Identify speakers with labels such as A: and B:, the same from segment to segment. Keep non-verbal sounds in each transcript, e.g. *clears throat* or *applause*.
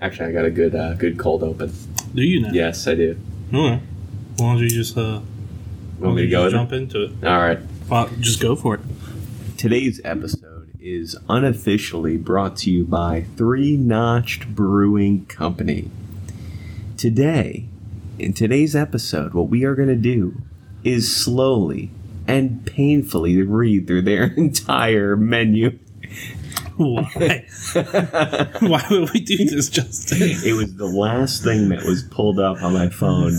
A: Actually, I got a good uh, good cold open.
B: Do you now?
A: Yes, I do.
B: Okay. As long as you just uh,
A: Want me to go?
B: just
A: with
B: jump
A: it?
B: into it.
A: All right.
B: Well, just go for it. *laughs*
A: Today's episode is unofficially brought to you by Three Notched Brewing Company. Today, in today's episode, what we are going to do is slowly and painfully read through their *laughs* entire menu. *laughs*
B: Why?
A: it
B: Why would we do this, Justin?
A: was the last thing that was pulled up on my phone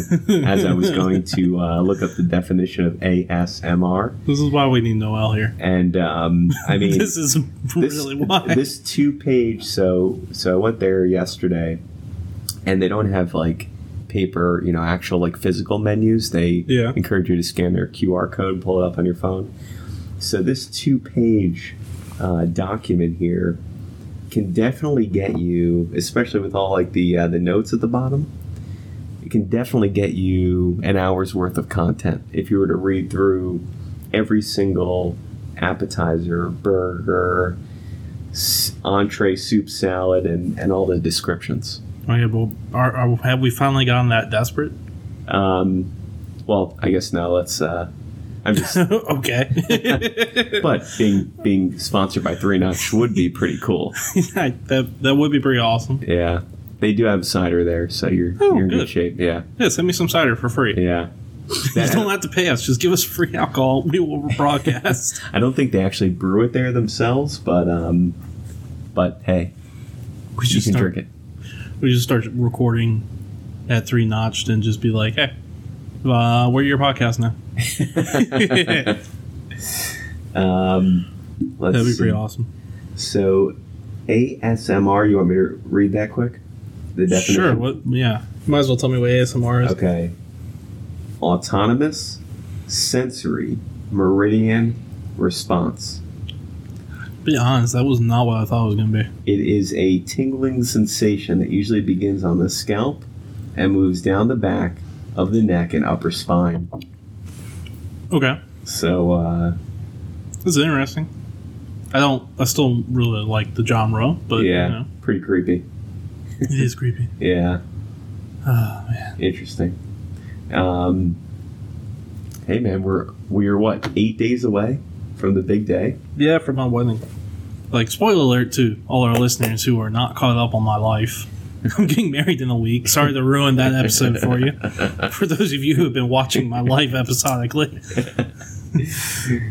A: as I was going to uh, look up the definition of ASMR.
B: This is why we need Noel here.
A: And um, I mean,
B: this is
A: *laughs*
B: really *laughs* why.
A: this two page so so i went there yesterday and they don't have like paper you know actual like physical menus they
B: Yeah.
A: encourage you to scan their qr code and pull it up on your phone so this two page uh, document here can definitely get you especially with all like the uh, the notes at the bottom it can definitely get you an hour's worth of content if you were to read through every single appetizer burger s- entree soup salad and, and all the descriptions
B: Okay, well, are, are, have we finally gotten that desperate? *laughs*
A: um, well i guess now let's uh, i'm just
B: okay.
A: but being being sponsored by three notch would be pretty cool
B: *laughs* that, that would be pretty awesome.
A: yeah they do have cider there so you're
B: Oh,
A: you're in good
B: good.
A: shape yeah
B: Yeah, send me some cider for free.
A: yeah
B: You *laughs* don't have to pay us. Just give us free alcohol. We will broadcast.
A: i don't think they actually brew it there themselves but um but hey *laughs*
B: we
A: you
B: just
A: can
B: start,
A: drink it
B: We just start recording at three notched and just be like, hey, uh, we're your podcast now. *laughs*
A: *laughs* um, let's
B: That'd be
A: see.
B: pretty awesome.
A: So, ASMR. You want me to read that quick? The definition.
B: Sure. What? Yeah. Might as well tell me what ASMR is.
A: Okay. Autonomous, sensory, meridian, response.
B: Be honest, that was not what I thought it was gonna be.
A: It is a tingling sensation that usually begins on the scalp and moves down the back of the neck and upper spine.
B: Okay,
A: So, uh,
B: that's interesting. I don't. I still really like the genre, but
A: yeah,
B: you know,
A: pretty creepy.
B: it is creepy. *laughs*
A: Yeah.
B: Oh man.
A: Interesting. Um, hey man, we're we're what eight days away from the big day.
B: Yeah, for my wedding. Like spoiler alert to all our listeners who are not caught up on my life. *laughs* I'm getting married in a week. Sorry to ruin that episode
A: *laughs*
B: for you. *laughs* For those of you who have been watching my life episodically,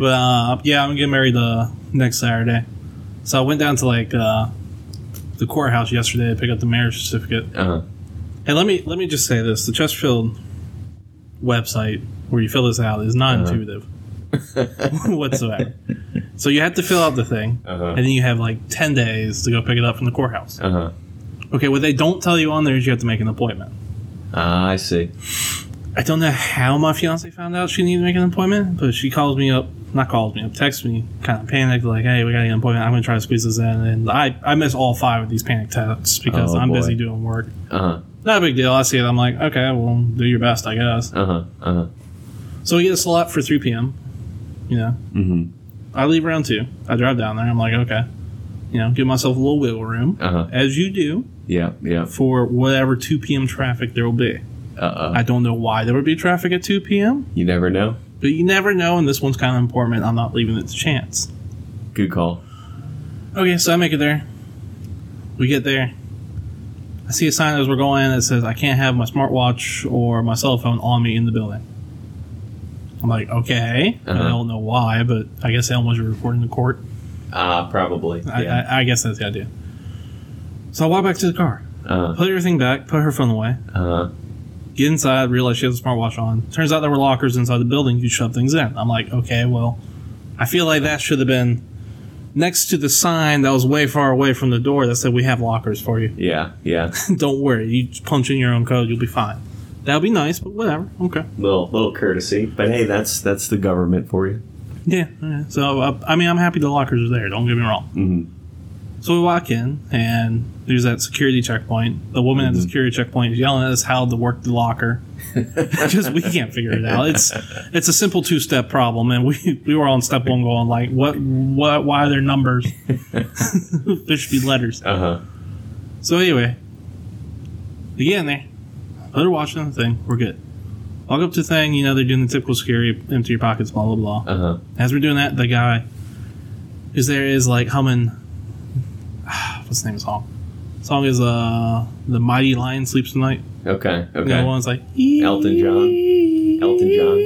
B: but uh, yeah, I'm getting married uh, next Saturday. So I went down to like uh, the courthouse yesterday to pick up the marriage certificate.
A: Uh,
B: And let me let me just say this: the Chesterfield website where you fill this out is not
A: Uh-huh.
B: intuitive *laughs* whatsoever. So you have to fill out the thing,
A: uh-huh.
B: and then you have like ten days to go pick it up from the courthouse.
A: *laughs* Uh-huh.
B: Okay, what they don't tell you on there is you have to make an appointment.
A: Ah, I see.
B: I don't know how my fiance found out she needed to make an appointment, but she calls me up, not calls me up, texts me, kind of panicked, like, "Hey, we got to get an appointment. I'm going to try to squeeze this in." And I I miss all five of these panic texts because
A: Oh,
B: I'm
A: boy.
B: busy doing work.
A: Uh-huh.
B: Not a big deal. I see it. I'm like, okay, well, do your best, I guess.
A: Uh-huh. Uh-huh.
B: So we get a slot for 3 p.m. You know,
A: Mm-hmm.
B: I leave around 2. I drive down there. I'm like, okay. You know, give myself a little wiggle room,
A: Uh-huh.
B: as you do,
A: Yeah, yeah.
B: for whatever 2 p.m. traffic there will be.
A: Uh-uh.
B: I don't know why there would be traffic at 2 p.m.,
A: You never know.
B: but you never know, and this one's kind of important. I'm not leaving it to chance.
A: Good call.
B: Okay, so I make it there. We get there. I see a sign as we're going in that says, I can't have my smartwatch or my cell phone on me in the building. I'm like, okay.
A: Uh-huh.
B: I don't know why, but I guess Elm was reporting to court.
A: Ah, probably.
B: I,
A: Yeah.
B: I, I guess that's the idea. So I walk back to the car,
A: Uh,
B: put everything back, put her phone away,
A: uh,
B: get inside, realize she has a smartwatch on. Turns out there were lockers inside the building. You shove things in. I'm like, okay, well, I feel like that should have been next to the sign that was way far away from the door that said we have lockers for you. *laughs*
A: yeah, yeah.
B: Don't worry, you just punch in your own code, you'll be fine. That would be nice, but whatever. Okay.
A: Little little courtesy, but hey, that's that's the government for you.
B: Yeah. yeah. So uh, I mean, I'm happy the lockers are there. Don't get me wrong.
A: Mm-hmm.
B: So we walk in, and there's that security checkpoint. The woman at the security checkpoint is yelling at us how to work the locker because we can't figure it out. It's it's a simple two step problem, and we we were on step one going like, what what *laughs* why are there numbers? there should be letters.
A: Uh-huh.
B: So anyway, They get in there. They're watching the thing. We're good. Log up to the thing. You know, they're doing the typical security, empty your pockets, blah, blah, blah.
A: Uh huh.
B: As we're doing that, the guy who's there is like humming. *sighs* What's the name of the song? The song is uh, The Mighty Lion Sleeps Tonight.
A: Okay.
B: The other
A: Okay.
B: one's like
A: Elton John. Elton John.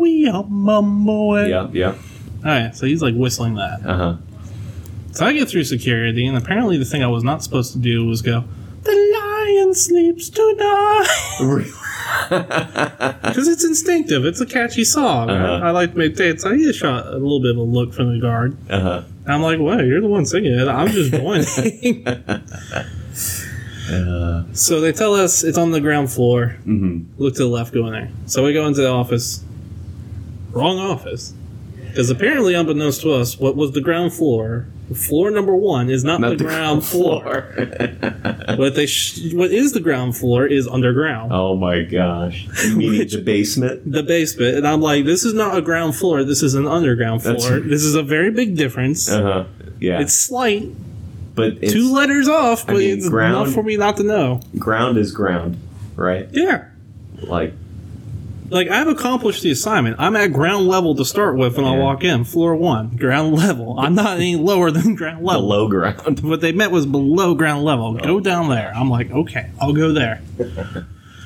B: We are mumbo.
A: Yeah. Yeah.
B: All right, so he's like whistling that.
A: Uh huh.
B: So I get through security, and apparently the thing I was not supposed to do was go, The lion sleeps tonight.
A: *laughs*
B: *laughs* Because it's instinctive. It's a catchy song. right?
A: Uh-huh.
B: I like to meditate. So I get shot a little bit of a look from the guard.
A: uh
B: And I'm like, whoa, you're the one singing it. I'm just
A: *laughs*
B: joining.
A: Uh, huh.
B: so they tell us it's on the ground floor.
A: hmm
B: Look to the left, go in there. So we go into the office. Wrong office. Because apparently, unbeknownst to us, what was the ground floor, floor number one, is not,
A: *laughs*
B: the, ground floor. What they sh- what is the ground floor is underground,
A: oh my gosh. You mean
B: *laughs* Which-
A: the basement?
B: the basement, and I'm like, this is not a ground floor. This is an underground floor.
A: That's-
B: This is a very big difference.
A: Uh huh. Yeah.
B: It's slight,
A: but it's,
B: two letters off, but
A: mean,
B: it's
A: ground-
B: enough for me not to know.
A: ground is ground, right?
B: Yeah.
A: Like,
B: Like I've accomplished the assignment. I'm at ground level to start with when I
A: Yeah.
B: walk in, floor one, ground level. I'm not any lower than *laughs* ground level.
A: below
B: *laughs*
A: Oh. ground.
B: What they meant was below ground level. Go down there. I'm like, okay, I'll
A: *laughs*
B: go there.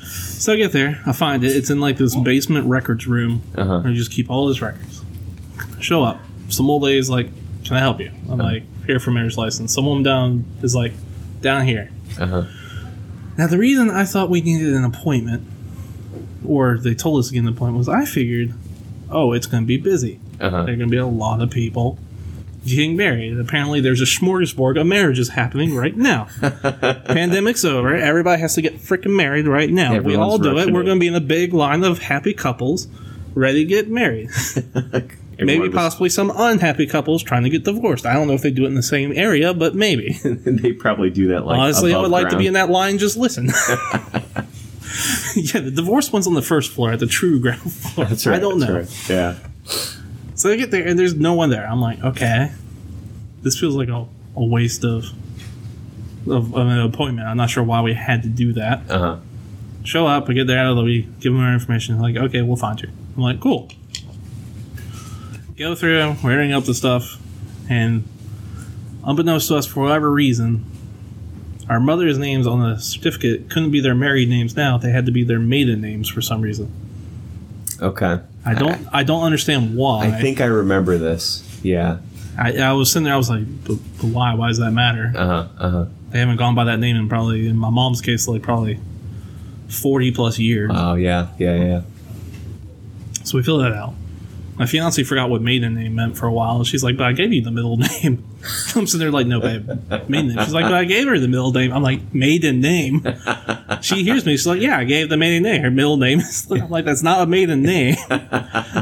B: so I get there. I find it. It's in like this basement records room
A: Uh huh.
B: where you just keep all his records. Show up. Some old lady's like, "Can I help you?" I'm
A: Uh-huh.
B: like, "Here for marriage license." Someone down is like, "Down here."
A: Uh
B: uh-huh,
A: huh.
B: Now, the reason I thought we needed an appointment, or they told us to get an appointment, was I figured, oh, it's going to be busy.
A: Uh *laughs* huh.
B: There are going to be a lot of people getting married. Apparently, there's a smorgasbord of marriages happening right
A: *laughs*
B: now. Pandemic's over. Everybody has to get freaking married right now. we all
A: Everyone's
B: do it.
A: rushing
B: We're
A: it.
B: going to be in a big line of happy couples ready to get married. maybe possibly some unhappy couples trying to get divorced. I don't know if they do it in the same area, but maybe.
A: *laughs* they probably do that. Like
B: Honestly, I would like to be in
A: in.
B: that line. Just listen. *laughs* yeah, the divorce one's on the first floor at the true ground *laughs* floor.
A: That's right.
B: I don't
A: that's
B: know.
A: right. Yeah.
B: So I get there and there's no one there. I'm like, okay, this feels like a, a waste of, of of an appointment. I'm not sure why we had to do that.
A: Uh huh.
B: Show up, we get there out of the way, give them our information. Like, okay, we'll find you. I'm like, cool. Go through, we're adding up the stuff, and unbeknownst to us, for whatever reason, our mother's names on the certificate couldn't be their married names now. They had to be their maiden names for some reason.
A: Okay.
B: I don't, I don't understand why.
A: I think I remember this. Yeah.
B: I, I was sitting there, I was like, but, but why? Why does that matter?
A: Uh huh. Uh huh.
B: They haven't gone by that name in probably, in my mom's case, like probably 40 plus years.
A: Oh yeah. Yeah. Yeah.
B: *laughs*
A: *laughs*
B: So we filled that out. My fiance forgot what maiden name meant for a while. and She's like, but I gave you the middle *laughs* name. I'm sitting there like, no, babe, maiden name. She's like, but I gave her the middle name. I'm like, maiden name. She hears me. She's like, yeah, I gave the maiden name. Her middle name is. *laughs* I'm like, that's not a maiden name. *laughs*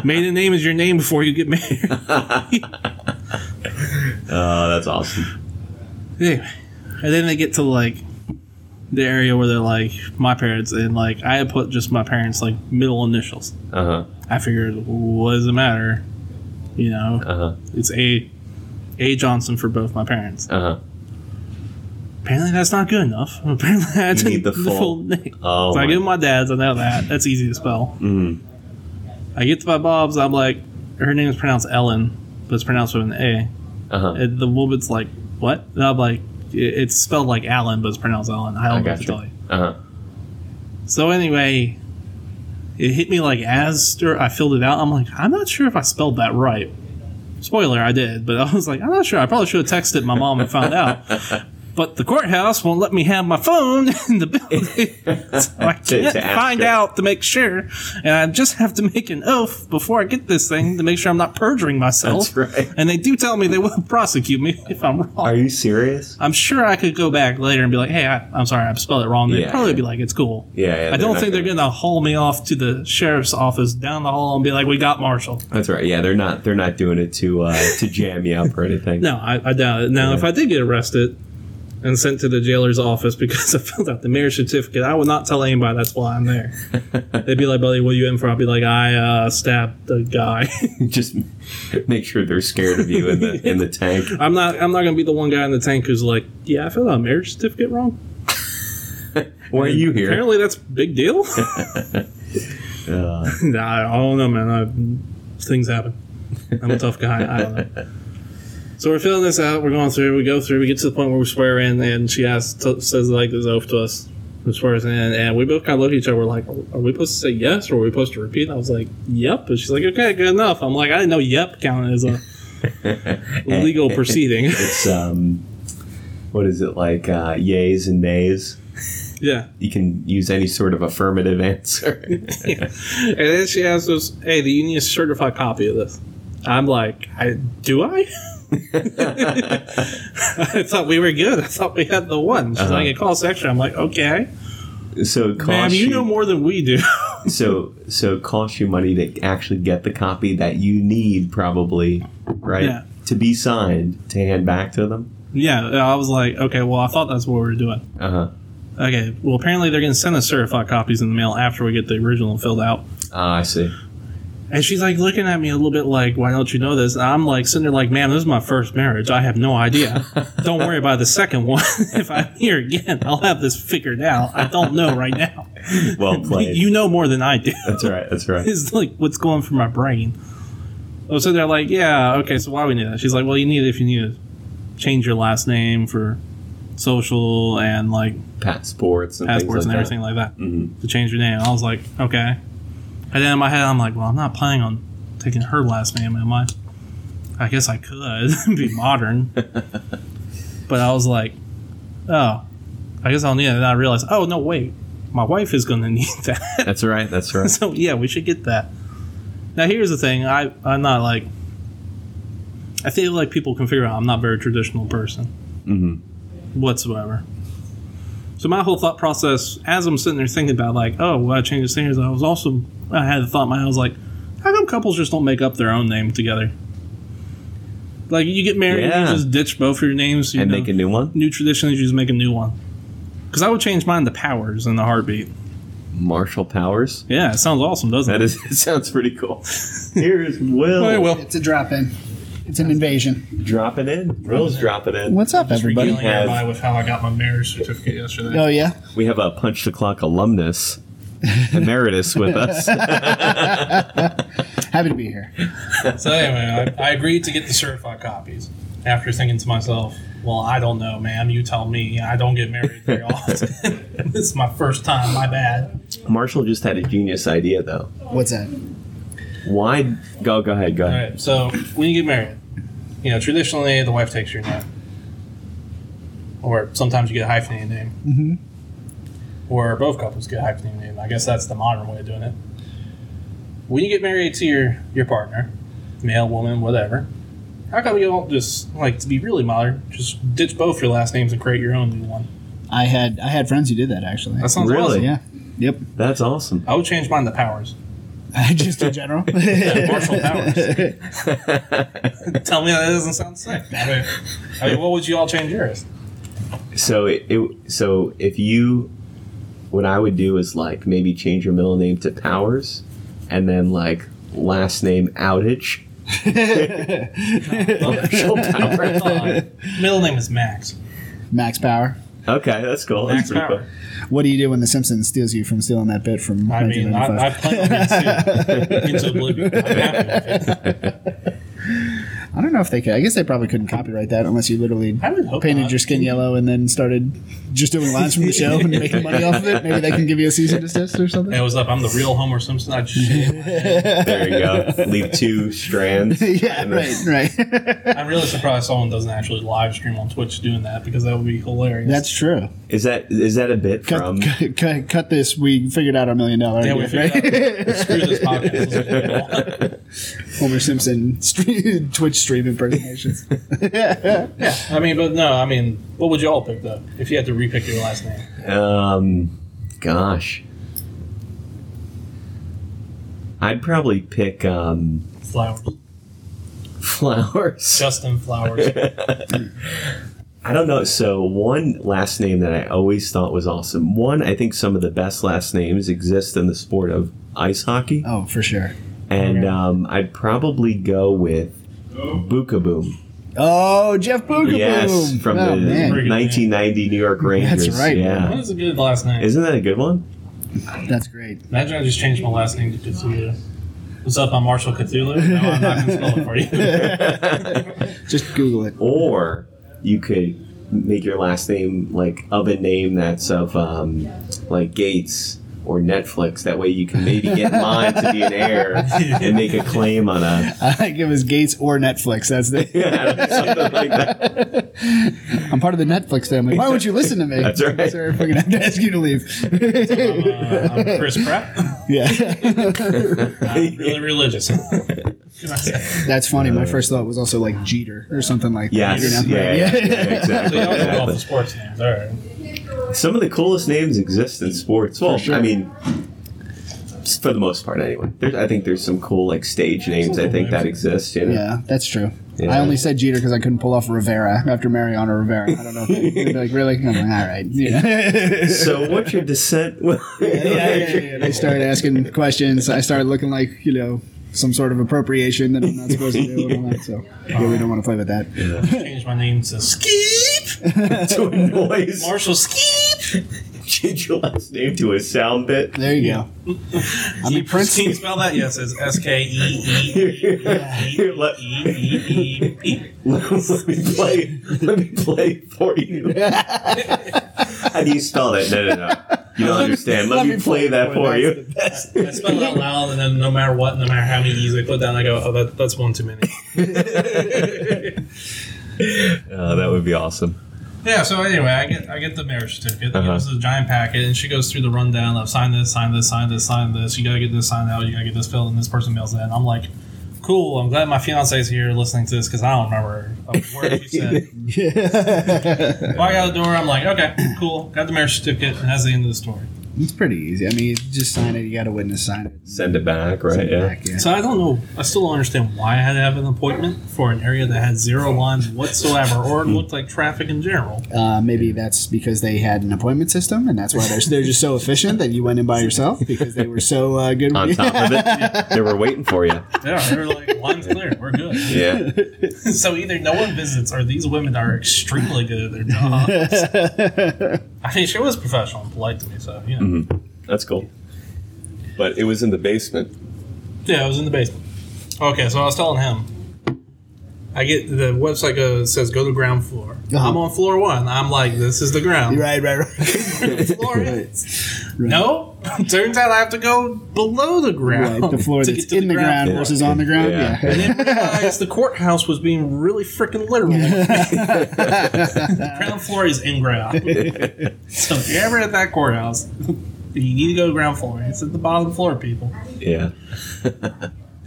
B: maiden name is your name before you get married. *laughs*
A: Oh, that's awesome.
B: Anyway, and then they get to like the area where they're like my parents and like I had put just my parents like middle initials.
A: Uh huh.
B: I figured, what does it matter? You know,
A: Uh huh.
B: It's A A Johnson for both my parents.
A: Uh huh.
B: Apparently that's not good enough. *laughs* Apparently I
A: You
B: didn't
A: need
B: *laughs*
A: the full-
B: name.
A: Oh.
B: so I
A: my-
B: give him my dad's, I know that. That's easy to spell.
A: Mm.
B: I get to my Bob's, I'm like, her name is pronounced Ellen, but it's pronounced with an A.
A: Uh huh.
B: And the woman's like, What? And I'm like, "It- it's spelled like Allen, but it's pronounced Ellen. I
A: I
B: don't know what
A: got
B: to
A: you.
B: tell you.
A: Uh huh.
B: So anyway, it hit me like Aster. I filled it out. I'm like, I'm not sure if I spelled that right. Spoiler, I did, but *laughs* I was like, I'm not sure. I probably should have texted my mom and
A: *laughs*
B: found out. But the courthouse won't let me have my phone *laughs* in
A: *laughs*
B: the building, so I
A: To- to
B: can't
A: ask
B: find
A: her.
B: out to make sure. And I just have to make an oath before I get this thing to make sure I'm not perjuring myself.
A: That's right.
B: And they do tell me they will *laughs* prosecute me if I'm wrong.
A: Are you serious?
B: I'm sure I could go back later and be like, "Hey, I, I'm sorry, I spelled it wrong." They'd
A: Yeah.
B: probably be like, "It's cool."
A: Yeah. yeah
B: I don't think they're going to haul me off to the sheriff's office down the hall and be like, "We got Marshall."
A: That's right. Yeah, they're not. They're not doing it to uh, to jam you up or anything.
B: No, I, I doubt it. Now, if I did get arrested and sent to the jailer's office because *laughs* I filled out the marriage certificate, I would not tell anybody that's why
A: *laughs*
B: I'm there. They'd be like, "Buddy, what are you in for?" I'd be like, "I uh, stabbed a guy." *laughs*
A: Just make sure they're scared of you in the in the tank.
B: I'm not. I'm not going to be the one guy in the tank who's like, "Yeah, I filled out a marriage certificate wrong."
A: Why are you here?
B: Apparently, that's a
A: *laughs*
B: big deal. *laughs*
A: Uh,
B: nah, I don't know, man. I, things happen. I'm a tough guy. I
A: *laughs*
B: don't know. So we're filling this out. We're going through. We go through. We get to the point where we swear in, and she asks, t- says like this oath to us. We swears in, and we both kind of look at each other. We're like, "Are we supposed to say yes, or are we supposed to repeat?" I was like, "Yep," and she's like, "Okay, good enough." I'm like, "I didn't know yep counted as a legal proceeding."
A: it's um, what is it like? Uh, yays and nays.
B: yeah.
A: You can use any sort of affirmative answer.
B: *laughs* yeah. And then she asks us, "Hey, do you need a certified copy of this?" I'm like, "I do I?" *laughs* I thought we were good. I thought we had the one. She's
A: Uh-huh.
B: like, "It calls extra." I'm like, "Okay,
A: so it costs
B: ma'am, you know more than we do." *laughs*
A: so so it costs you money to actually get the copy that you need, probably, right?
B: Yeah.
A: To be signed to hand back to them.
B: yeah, I was like, "Okay, well, I thought that's what we were doing."
A: Uh huh.
B: Okay, well, apparently they're going to send us certified copies in the mail after we get the original filled out.
A: Ah, I see.
B: And she's like looking at me a little bit like, "Why don't you know this?" And I'm like sitting there like, "Man, this is my first marriage. I have no
A: *laughs*
B: idea. don't worry about the second one. *laughs* if I'm here again, I'll have this figured out. I don't know right
A: *laughs*
B: now.
A: Well played.
B: *laughs* you know more than I do.
A: that's right. That's right.
B: *laughs* It's like what's going through my brain." Oh, so they're like, "Yeah, okay. So why we need that?" She's like, "Well, you need it if you need to change your last name for social and like
A: Passports and things like
B: passports and everything like that."
A: That. Mhm.
B: to change your name. I was like, okay. And then in my head, I'm like, well, I'm not planning on taking her last name, am I? I guess I could *laughs* be modern. but I was like, oh, I guess I'll need it. And I realized, oh, no, wait. My wife is going to *laughs* need that.
A: That's right. That's
B: *laughs*
A: right.
B: so, yeah, we should get that. Now, here's the thing I, I'm not like, I feel like people can figure out I'm not a very traditional person
A: hmm
B: whatsoever. So my whole thought process, as I'm sitting there thinking about, like, oh, well, I changed the singers. I was also, I had a thought. in My, head, I was like, how come couples just don't make up their own name together? Like, you get married, and
A: Yeah.
B: you just ditch both of your names, you
A: And
B: know,
A: make a new one.
B: new traditions. You just make a new one. Because I would change mine to Powers in the heartbeat.
A: Marshall Powers.
B: Yeah, it sounds awesome, doesn't
A: That
B: it?
A: is. *laughs* It sounds pretty
B: *laughs*
A: cool. Here's Will.
B: Hey, Will.
C: It's a drop in. It's an invasion.
A: dropping in. Will's dropping in.
C: What's up, everybody?
A: regaling everybody
B: with how I got my marriage certificate yesterday.
C: Oh yeah,
A: We have a punch the clock alumnus emeritus
B: *laughs*
A: with us. *laughs*
C: happy to be here.
B: So anyway, I, I agreed to get the certified copies. After thinking to myself, well, I don't know, ma'am. You tell me. I don't get married very often. *laughs* this is my first time. My bad.
A: Marshall just had a genius idea though.
C: What's that?
A: Why? Go. Go ahead. Go
B: All
A: ahead.
B: right. So when you get married, you know traditionally the wife takes your name, or sometimes you get a hyphenated name,
C: Mm-hmm.
B: or both couples get a hyphenated name. I guess that's the modern way of doing it. When you get married to your your partner, male, woman, whatever, how come you don't just like to be really modern? Just ditch both your last names and create your own new one.
C: I had I had friends who did that actually.
B: That sounds
A: Really?
B: awesome.
C: yeah. Yep. *laughs*
A: That's awesome. *laughs*
B: I would change mine to Powers. *laughs*
C: Just in general.
B: Marshall
C: *laughs*
B: Powers. Tell me that doesn't sound sick. I mean, I mean, what would you all change yours?
A: so it, it. So if you, what I would do is like maybe change your middle name to Powers, and then like last name Outage. Marshall Powers.
B: Middle name is Max.
C: Max Power.
A: Okay, that's cool.
B: Max
A: Oh, That's pretty cool.
B: Power.
C: What do you do when The Simpsons steals you from stealing that bit from
B: I mean, I, I
C: 1995?
B: plan on getting sued into oblivion. I'm happy with it.
C: *laughs* I, don't know if they could. I guess they probably couldn't copyright that unless you literally
B: I would hope
C: painted
B: not.
C: your skin yellow and then started just doing
B: *laughs*
C: lines from the show and making money off of it. Maybe they can give you a season desist or something.
B: Hey, what's up? I'm the real Homer Simpson. I just
A: *laughs*
C: *laughs*
A: There you go. Leave two strands.
C: yeah,
A: And then-
C: right, right. *laughs*
B: I'm really surprised someone doesn't actually live stream on Twitch doing that because that would be hilarious.
C: That's true.
A: Is that is that a bit
C: Cut,
A: from?
C: cut, cut, cut this. We figured out our million dollar.
B: yeah, we
C: idea,
B: figured
C: right?
B: out. Screw
C: *laughs*
B: this podcast. This is what we want.
C: Homer Simpson stream, *laughs* Twitch stream *laughs* impersonations.
B: Yeah, I mean, but no, I mean, what would you all pick though if you had to repick your last name?
A: *laughs* Um, gosh, I'd probably pick um, *laughs*
B: Flowers.
A: flowers.
B: Justin Flowers.
A: *laughs* I don't know. So one last name that I always thought was awesome. One, I think some of the best last names exist in the sport of ice hockey,
C: oh, for sure.
A: and um, I'd probably go with Bookaboom.
C: Oh, Jeff Boogaboom.
A: Yes, from
C: oh,
A: the
C: man.
B: Regular man.
A: 1990 New York Rangers.
C: That's
B: That
C: right.
A: Yeah.
B: is a good last name.
A: Isn't that a good
C: *laughs*
A: one?
C: That's great.
B: Imagine I just changed my last name to Cthulhu. What's up? I'm Marshall Cthulhu. No, I'm not going to spell
A: *laughs*
B: it for you.
C: Just Google it. *laughs*
A: or you could make your last name like of a name that's of um, like Gates or Netflix. That way you can maybe get mine to be an heir and make a claim on a *laughs*
C: I like it was Gates or Netflix. That's the.
A: something like
C: *laughs*
A: that.
C: I'm part of the Netflix family. Why won't you listen to me?
A: That's right.
C: Sorry, we're gonna have to ask you to leave.
B: I'm, uh, I'm Chris Pratt.
C: *laughs* yeah,
B: I'm
A: *laughs*
B: really religious. so
C: that's funny. My first thought was also like Jeter or something like that.
A: Yes,
C: you know?
A: yeah, yeah,
C: *laughs*
A: yeah, exactly.
B: y'all know all
A: exactly.
B: the sports names. All right.
A: Some of the coolest names exist in sports. Well,
C: sure.
A: I mean, for the most part, anyway. There's, I think there's some cool like stage names. I think that exist. You know?
C: Yeah, that's true.
A: Yeah.
C: I only said Jeter because I couldn't pull off Rivera after Mariano Rivera. I
A: *laughs*
C: don't know. If they, they'd be like, really? I'm like, all right. *laughs* Yeah.
A: So, what's your descent? *laughs* yeah,
C: yeah, yeah, yeah. They started asking questions. I started looking like, you know, some sort of appropriation that I'm not supposed to do and all that. So, yeah, we don't want to play with that.
B: Changed my name to Skeep.
A: *laughs* to a noise.
B: Marshall Skeep.
A: Change your last name to a sound bit.
C: There you go. I mean, Prince.
B: Can you spell that? Yes, it's S K E E
A: Here, let,
B: E E E E.
A: let me play. Let me play for you. How do you spell that? No, no, no. You don't understand. Let, me play that for you.
B: I spell it out loud, and then no matter what, no matter how many E's I put down, I go, oh, that, that's one too many.
A: *laughs* Uh, that would be awesome.
B: Yeah. So anyway, I get I get the marriage certificate.
A: Uh-huh.
B: This is a giant packet, and she goes through the rundown of sign this, sign this, sign this, sign this. You gotta get this signed out. You gotta get this filled, and this person mails that. And I'm like, cool. I'm glad my fiance's here listening to this because I don't remember a word she said.
C: Yeah.
B: Walk out the door. I'm like, okay, *clears throat* cool. Got the marriage certificate, and that's the end of the story.
C: *laughs* it's pretty easy. I mean, you just sign it. You got a witness sign it.
A: Send it back, right?
C: Send it
A: yeah.
C: back, yeah.
B: So I don't know. I still don't understand why I had to have an appointment for an area that had zero lines whatsoever, or it looked like traffic in general.
C: Uh, maybe that's because they had an appointment system, and that's why they're, they're just so efficient that you went in by yourself because they were so uh, good.
A: On top of
B: *laughs*
A: it, they were waiting for you.
B: Yeah, they were like, line's clear. We're good.
A: Yeah.
B: *laughs* So either no one visits, or these women are extremely good at their
C: *laughs*
B: jobs. I mean, she was professional and polite to me, so you know.
A: That's cool. But it was in the
B: *laughs*
A: basement.
B: Yeah, I was in the basement. Okay, so I was telling him. I get the website goes, says go to ground floor.
C: Uh-huh.
B: I'm on floor one. I'm like, this is the ground.
C: right, right, *laughs* right.
B: Floor is. No, *laughs* turns out I have to go below the ground.
C: right. The
B: *laughs*
C: floor
B: to
C: that's
B: get to
C: in the ground,
B: floor.
C: versus on the ground.
A: Yeah.
C: yeah. *laughs*
B: I didn't realize the courthouse was being really freaking literal. *laughs* ground floor is in ground.
C: *laughs*
B: so if you're ever at that courthouse, you need to go to ground floor. It's at the bottom floor, people.
A: Yeah.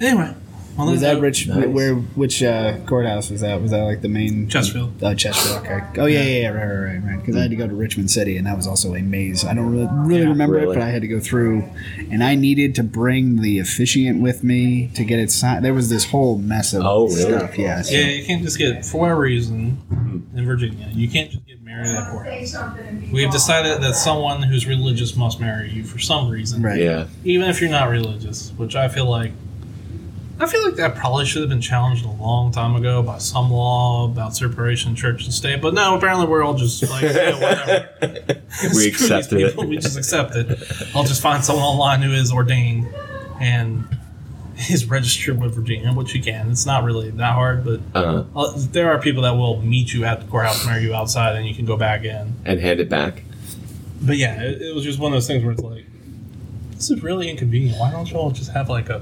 B: Anyway, well,
C: Was
B: that's
C: that Rich?
A: Nice.
C: Where? Which uh, courthouse was that? Was that like the main
B: Chesterfield.
C: Oh, Chesterfield. Okay. Oh yeah, yeah, yeah. Right, right, right, right. Because I had to go to Richmond City, and that was also a maze. I don't really, really
B: Yeah,
C: remember
A: really.
C: it, but I had to go through, and I needed to bring the officiant with me to get it signed. There was this whole mess of
A: Oh, really?
C: stuff. Yeah. Mm-hmm. so-
B: Yeah, you can't just get for whatever reason in Virginia. You can't just get married at courthouse. We have decided that someone who's religious must marry you for some reason,
C: Right.
A: Yeah.
B: even if you're not religious. Which I feel like, I feel like that probably should have been challenged a long time ago by some law about separation of church and state. But no, apparently we're all just like
A: *laughs*
B: yeah, whatever.
A: We
B: Screw these
A: accepted
B: people, We
A: it.
B: just accept it. I'll just find someone online who is ordained and is registered with Virginia, which you can. It's not really that hard, but
A: Uh,
B: uh, there are people that will meet you at the courthouse, marry you outside, and you can go back in.
A: and hand it back.
B: But yeah, it, it was just one of those things where it's like, this is really inconvenient. Why don't y'all just have like a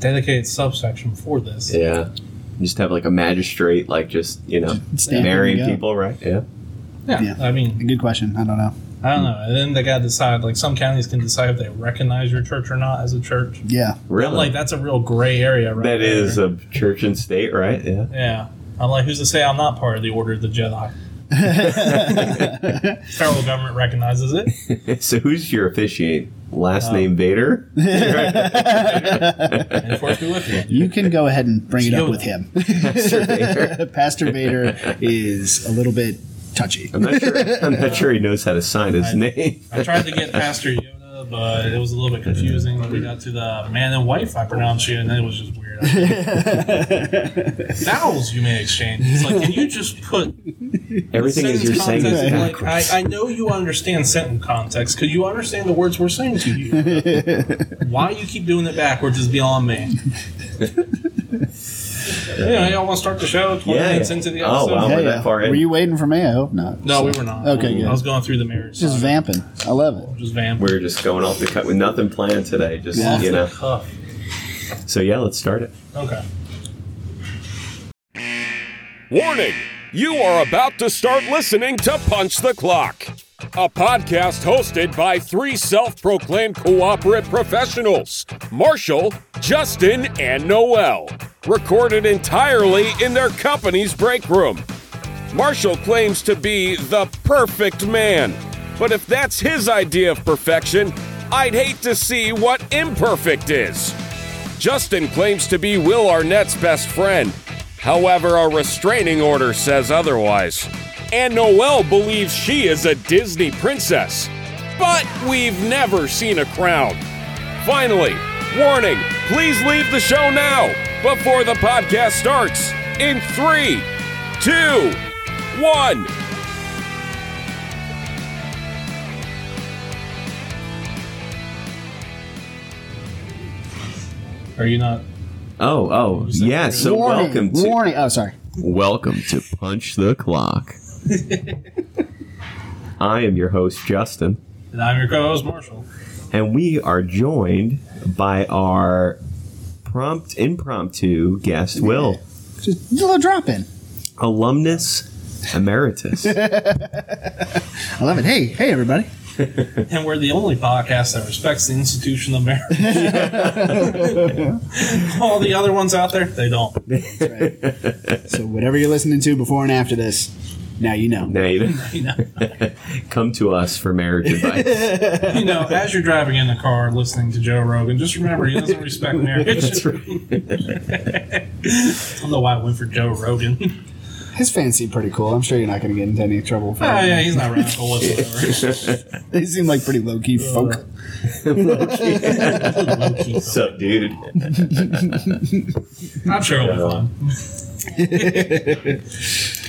B: dedicated subsection for this?
A: Yeah. Just have like a magistrate, like just, you know,
C: stamp
A: marrying
C: it and go.
A: people, right? Yeah.
B: Yeah,
C: Yeah.
B: I mean,
C: Good question. I don't know.
B: I don't know. And then they got to decide. Like some counties can decide if they recognize your church or not as a church.
A: *laughs*
C: Yeah.
B: I'm like, that's a real gray area, right?
A: that
B: there.
A: is uh, a church and state, right? Yeah.
B: Yeah. I'm like, who's to say I'm not part of the Order of the Jedi? Federal government recognizes it.
A: So who's your officiate?
B: Uh,
A: Last name Vader?
B: And of course, we with you.
C: You can go ahead and bring it up
B: Yoda.
C: with him.
A: *laughs* Pastor Vader.
C: *laughs* Pastor Vader is a little bit touchy.
B: *laughs*
C: *laughs*
A: I'm not sure. I'm not sure he knows how to sign his name. *laughs*
B: I tried to get Pastor Yoda, but it was a little bit confusing when we got to the man and wife. I pronounced you, and then it was just weird.
C: *laughs*
B: Vowels you may exchange. It's like, can you just
A: *laughs*
B: put
A: Everything as you're
B: sentence
A: saying
B: context?
A: is
C: Right.
B: Like,
A: backwards.
B: I, I know you understand sentence context because you understand the words we're saying to
A: *laughs*
B: you. Why you keep doing it backwards is beyond me. yeah, y'all want to start the show? Twenty
A: Yeah,
B: minutes
A: yeah.
B: into the
A: Oh,
B: episode.
A: wow. we're that far in.
C: Were you waiting for me? I hope not.
B: No,
C: So-
B: we were not. Mm-hmm.
C: Okay, good.
B: I was going through the marriage.
C: Just
B: saga.
C: vamping. I love it.
B: Just vamp.
A: We're just going off the cut with nothing planned today. Just
B: Off
A: you know.
B: the cuff.
A: So yeah, let's start it.
B: Okay.
D: Warning! You are about to start listening to Punch the Clock, a podcast hosted by three self proclaimed cooperative professionals Marshall, Justin, and Noel, recorded entirely in their company's break room. Marshall claims to be the perfect man, but if that's his idea of perfection, I'd hate to see what imperfect is. Justin claims to be Will Arnett's best friend. However, a restraining order says otherwise. And Noelle believes she is a Disney princess. But we've never seen a crown. Finally, warning please leave the show now before the podcast starts in three, two, one.
B: Are you not?
A: Oh, oh, yeah. So
C: warning,
A: welcome to
C: warning. Oh, sorry.
A: welcome to Punch the Clock. I am your host Justin,
B: And I'm your co-host Marshall.
A: and we are joined by our prompt impromptu guest, Will,
C: Just a little drop in.
A: alumnus emeritus.
C: I love it. Hey, hey, everybody.
B: And we're the only podcast that respects the institution of
C: *laughs*
B: marriage. All the other ones out there, they don't.
C: So whatever you're listening to before and after this, now you know.
A: now you
B: You know,
A: *laughs* come to us for marriage advice.
B: you know, as you're driving in the car listening to Joe Rogan, just remember he doesn't
C: *laughs*
B: respect marriage.
A: That's right.
B: *laughs* I don't know why I went for Joe Rogan. *laughs*
C: His fans seem pretty cool. I'm sure you're not going to get into any trouble. For
B: Ah,
C: that.
B: yeah, he's
C: *laughs*
B: not radical whatsoever.
C: They seem like pretty low key
B: Uh.
C: folk.
A: What's up, dude?
B: I'm sure it'll be fun.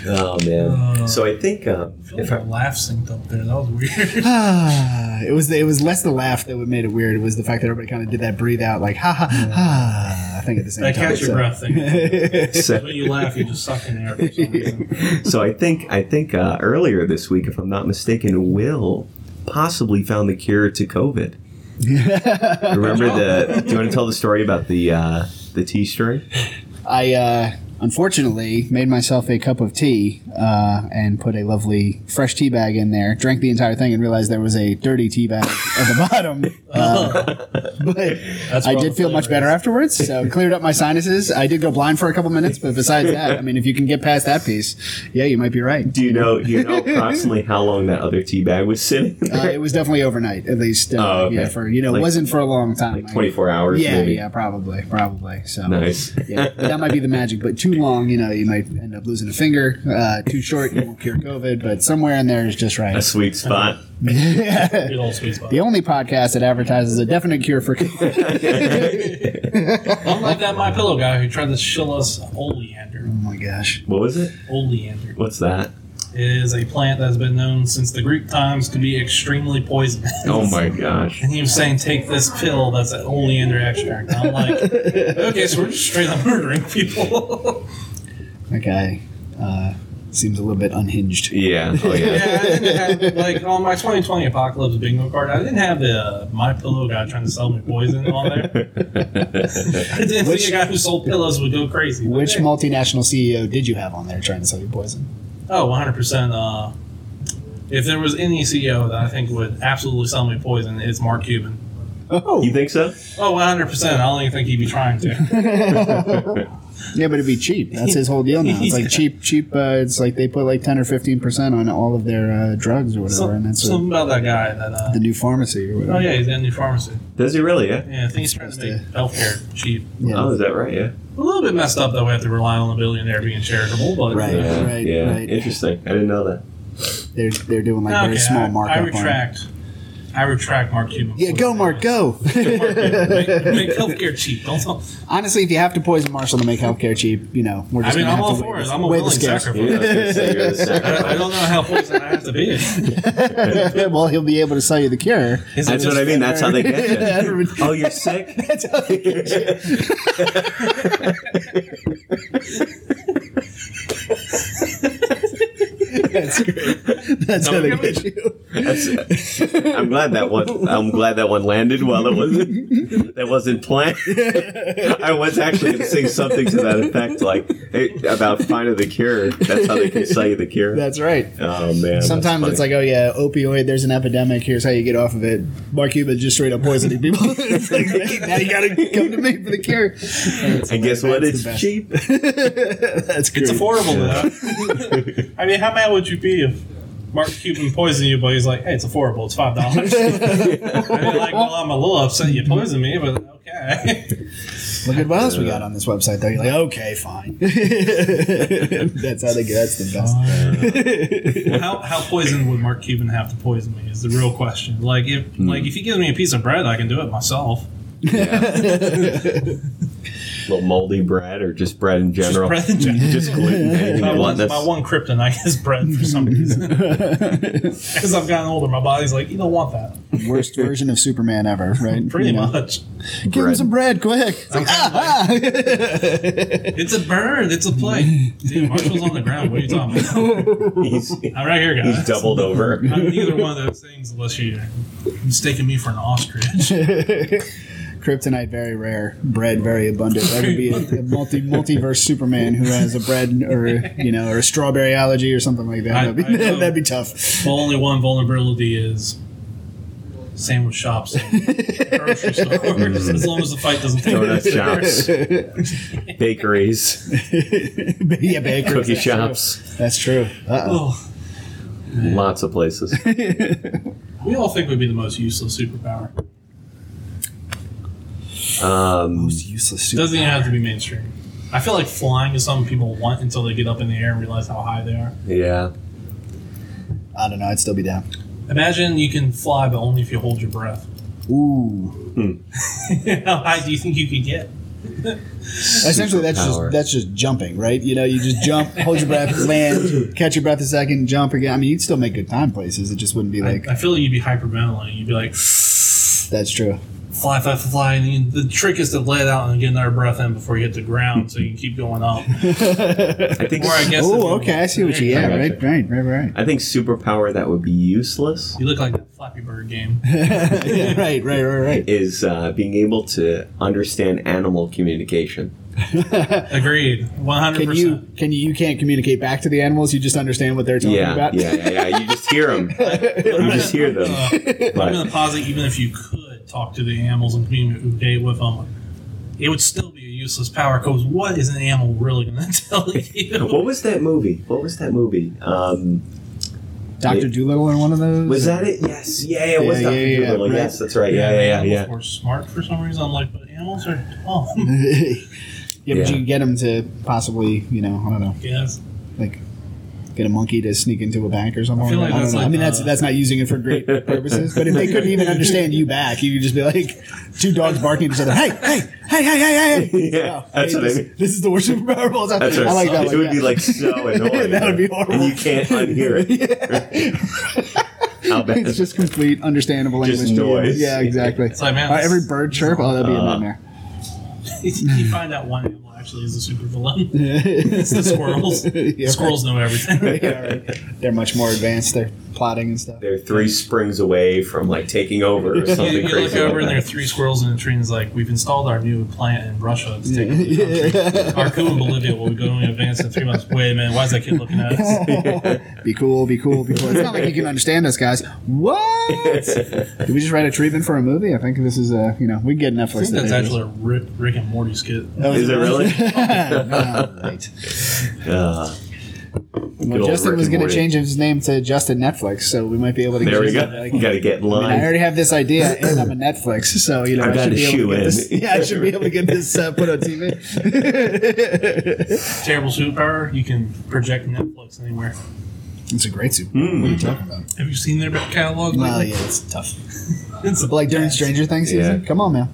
A: Oh man. so I think um,
B: I feel
A: if
B: like
A: I,
B: a laugh synced up there. That was
C: *laughs*
B: weird.
C: Ah, it was the, it was less the laugh that would made it weird. It was the fact that everybody kind of did that breathe out like ha ha ha. I think at the same
B: That
C: time.
B: catch your
C: so-
B: breath
C: *laughs*
B: thing.
A: so,
B: When you laugh, you just suck in air for some reason.
A: so I think I think uh, earlier this week, if I'm not mistaken, Will possibly found the cure to
C: *laughs*
A: COVID. Remember the? Do you want to tell the story about the uh, the tea
C: *laughs*
A: story?
C: I uh, unfortunately made myself a cup of tea uh, and put a lovely fresh tea bag in there. Drank the entire thing and realized there was a dirty tea bag at the *laughs* bottom. Uh, but
B: Oh, That's
C: I
B: where all
C: did
B: the
C: feel much
B: flavor
C: better afterwards,
B: *laughs*
C: so cleared up my sinuses. I did go blind for a couple minutes, but besides that, I mean, if you can get past that piece, yeah, you might be right.
A: Do you know? Do you know approximately how long that other tea bag was sitting? in
C: Uh,
A: there?
C: it was definitely overnight, at least. Uh,
A: Oh, okay.
C: Yeah, for you know,
A: Like-
C: it wasn't for a long time.
A: Like 24 hours.
C: Yeah,
A: maybe.
C: yeah, probably, probably. So
A: Nice.
C: yeah, that might be the magic. But too long, you know, you might end up losing a finger. Uh, too short, you won't cure COVID. But somewhere in there is just
A: A
C: right.
A: sweet
C: *laughs*
A: spot.
B: Good old sweet spot.
C: The only podcast that advertises a definite cure for COVID.
B: Unlike that My Pillow guy who tried to shill us oleander.
C: oh my gosh,
A: What was it?
B: Oleander
A: What's that?
B: is a plant that has been known since the Greek times to be extremely poisonous.
A: Oh
B: *laughs*
A: my gosh.
B: And he was saying, take this pill that's an oleander extract. I'm like, okay, so we're just straight up murdering people. *laughs*
C: that guy uh, seems a little bit unhinged.
A: Yeah. Oh
C: *laughs*
A: yeah. *laughs*
B: yeah, I didn't have, like on my 2020 apocalypse bingo card, I didn't have the uh, My Pillow guy trying to sell me poison on there. *laughs* I didn't think
C: Which-
B: a guy who sold pillows would go crazy. but
C: Which
B: hey.
C: multinational CEO did you have on there trying to sell you poison?
B: Oh, 100%. Uh, if there was any CEO that I think would absolutely sell me poison, it's Mark Cuban.
C: Oh,
A: You think so?
B: Oh, 100%. I don't even think he'd be trying to.
C: *laughs* Yeah, but it'd be cheap. That's his whole deal now. It's like cheap, cheap. Uh, it's like they put like ten or fifteen percent on all of their uh, drugs or whatever,
B: Some,
C: and that's
B: something about that guy that. Uh,
C: the new pharmacy or whatever.
B: oh, yeah, he's in the pharmacy.
A: Does he really? Yeah.
B: Yeah, I think he's trying to make healthcare cheap.
C: Yeah.
A: Oh, is that right? Yeah.
B: A little bit messed up that we have to rely on a billionaire being charitable, but.
C: Right.
B: uh,
A: Yeah.
C: Right,
A: yeah.
C: right. *laughs*
A: Interesting. I didn't know that.
C: They're they're doing like
B: Okay,
C: very small
B: I,
C: markup.
B: I
C: on it.
B: retract. I retract Mark Cuban.
C: Yeah, go, Mark, go.
B: make, make healthcare cheap. Don't tell.
C: *laughs* Honestly, if you have to poison Marshall to make healthcare cheap, you know, we're
B: I
C: just
B: mean, I'm
C: gonna have
B: all
C: to
B: for
C: weigh
B: it.
C: the-
B: I'm a
C: weigh the
B: willing
C: scales.
A: Yeah, I
B: sacrifice.
A: was gonna say, you're the second.
B: I I don't know how poison I have to be.
C: *laughs* well, he'll be able to sell you the cure.
A: That's what I mean. That's how they
C: *laughs*
A: get you. Oh, you're sick.
C: *laughs* That's great. That's how they get you.
A: That's- I'm glad that one. I'm glad that one landed. While it wasn't, that wasn't
C: *laughs*
A: planned. I was actually going to say something to that effect, like hey, about finding the cure. That's how they can sell you the cure.
C: That's right.
A: oh man. that's
C: Sometimes it's
A: funny.
C: like, oh yeah, opioid. There's an epidemic. Here's how you get off of it. Mark Cuban's just straight up poisoning people. *laughs* it's like now you *laughs* gotta come to me for the cure. *laughs*
A: and guess what? It's
C: that's the best.
A: cheap.
C: That's great.
B: It's affordable
C: *laughs*
B: though. I mean, how mad would you be if Mark Cuban poisoned you, but he's like, "Hey, it's affordable. It's five dollars." *laughs* I'd be like, "Well, I'm a little upset you poisoned me, but okay."
A: *laughs*
C: Look at what else we got on this website though. You're like, okay, fine. *laughs* that's how they get. That's the best.
B: Well, how how poisoned would Mark Cuban have to poison me is the real question. Like if
A: Hmm.
B: like if he gives me a piece of bread, I can do it myself.
A: Little moldy bread, or just bread in
B: Just
A: general.
B: bread in general.
A: Just gluten. Anything you
B: My one,
A: want.
B: my
A: That's,
B: one kryptonite is bread for
A: *laughs*
B: some reason. As I've gotten older, my body's like, you don't want that.
C: *laughs* Worst version of Superman ever, right?
B: Pretty
C: You know?
B: much.
C: Give him
A: Bread.
C: some bread, quick. It's *laughs* like, ah, *laughs*
B: It's a bird. It's a plate. Dude, Marshall's on the ground. What are you talking
A: *laughs* *laughs*
B: about?
A: he's,
B: I'm right here, guys.
A: he's doubled over.
B: I'm neither one of those things unless you're mistaking me for an ostrich.
C: ah. *laughs* Kryptonite very rare, bread very abundant. That would be a, a multi multiverse Superman who has a bread or you know or a strawberry allergy or something like that.
B: I-
C: that'd, be,
B: I know.
C: *laughs* that'd be tough.
B: Well, only one vulnerability is sandwich shops and
A: *laughs*
B: grocery stores. as long as the fight doesn't take
A: Donut
B: place.
C: *laughs*
A: shops, bakeries,
C: yeah, bakery.
A: cookie shops,
C: That's true. Uh-oh.
B: Oh,
A: lots of places.
B: we all think we'd be the most useless superpower.
A: Um,
C: *laughs* Most useless
B: It doesn't
C: Superman.
B: even have to be mainstream. I feel like flying is something people want until they get up in the air and realize how high they are.
A: yeah.
C: I don't know. I'd still be down.
B: Imagine you can fly, but only if you hold your breath. *laughs*
C: Ooh.
B: how high do you think you could get?
C: Essentially, that's just
A: Superpower.
C: that's just jumping, right? You know, you just jump, hold your breath, land, catch your breath a second, jump again. I mean, you'd still make good time places. It just wouldn't be like
B: I feel like you'd be hyperventilating. You'd be like,
C: that's *laughs* true.
B: fly, fly, fly, fly. And then the trick is to let out and get another breath in before you hit the ground so you can keep going up.
A: I think.
B: Or I guess. if you-
C: Oh, okay. I see what you.
B: There
C: Yeah,
A: go.
C: right, right, right, right.
A: I think superpower that would be useless
B: You look like that Flappy Bird game.
C: *laughs* Yeah, right, right, right, right.
A: is uh, being able to understand animal communication.
B: Agreed. 100%.
C: Can you can you you can't communicate back to the animals? You just understand what they're talking
A: Yeah,
C: about.
A: yeah, yeah, yeah. You just hear them. You just hear them.
B: I'm going
C: *laughs*
A: But
B: to posit even if you could talk to the animals and communicate with them, it would still be a useless power because what is an animal really going to *laughs* tell you?
A: what was that movie? What was that movie? Um,
C: Doctor Doolittle in one of those.
A: was that it? Yes. Yeah, yeah, it was
C: Yeah,
A: Dr.
C: yeah, yeah,
A: Dolittle.
C: right.
A: Yes, that's right. *laughs* Yeah, yeah, yeah.
B: animals
A: yeah.
B: were smart for some reason. I'm like, but animals are
A: *laughs*
B: dumb.
C: *laughs* yeah, but
A: Yeah.
C: you could get them to possibly, you know, I don't know,
B: yes.
C: like get a monkey to sneak into a bank or something.
B: I
C: I,
B: feel like
C: I don't
B: that's
C: know. I
B: like,
C: mean, that's
B: uh,
C: that's not using it
B: *laughs*
C: for great purposes. But if they couldn't even understand you back, you could just be like two dogs barking at each other. Hey, hey, hey, hey, hey, hey, hey.
A: Yeah,
C: Oh,
A: that's
C: hey,
A: what I
C: this,
A: mean.
C: this is the worst superpower of all time.
A: That's right.
C: I like that.
A: it would
C: that.
A: be like
C: *laughs*
A: so annoying.
C: That would be horrible.
A: And you can't unhear it.
C: *laughs*
A: How bad?
C: it's just complete understandable
A: Just
C: English to you.
A: noise.
C: Yeah, exactly.
B: It's like, man,
C: Or Uh, every
B: this-
C: bird chirp, oh, that'd be a
A: Uh,
C: nightmare.
B: *laughs* you find out one animal actually is a super villain. *laughs* *laughs* it's the squirrels.
C: *laughs* Yeah,
B: squirrels know
C: *laughs*
B: everything.
C: Yeah, right. They're much more advanced. They're plotting and stuff.
A: They're three springs away from like taking over or
B: *laughs* You,
A: something
B: you
A: crazy.
B: look over
A: like
B: and there are
A: that. *laughs*
B: three squirrels in a tree and it's like, we've installed our new plant in Russia. It's taking over the country.
C: *laughs*
B: Our coup in Bolivia will go in advance in three months. Wait a minute, why is that kid looking at us?
C: *laughs* Be cool, be cool, be cool. It's not like you can understand us, guys.
A: *laughs*
C: What?
B: *laughs*
C: Did we just write a treatment for a movie? I think this is a, you know, we get
B: I think
C: Netflix. to
B: that's
C: pay
B: actually a Rick, Rick and Morty skit.
C: us.
A: Is it really?
C: *laughs* No, right.
A: Uh,
C: Well,
A: old
C: Justin
A: Rick
C: was
A: and
C: going to
A: Morty.
C: change his name to Justin Netflix, so we might be able to.
A: there
C: get
A: we go.
C: something like-
A: You got to get in
C: I mean, I
A: line.
C: already have this
A: *laughs*
C: idea, and I'm a Netflix, so you know
A: I
C: I,
A: got
C: should
A: a
C: be able to
A: shoe
C: get
A: in.
C: this. *laughs* Yeah, I should be able to get this uh, put on TV.
B: Terrible superpower, you can project Netflix anywhere.
C: *laughs* It's a great
A: Hmm.
C: Super Bowl. What are you talking about?
B: Have you seen their back catalog?
C: Well,
B: lately?
C: yeah, it's tough.
B: It's
C: But like during Stranger Things season?
A: Yeah.
C: Come on, man.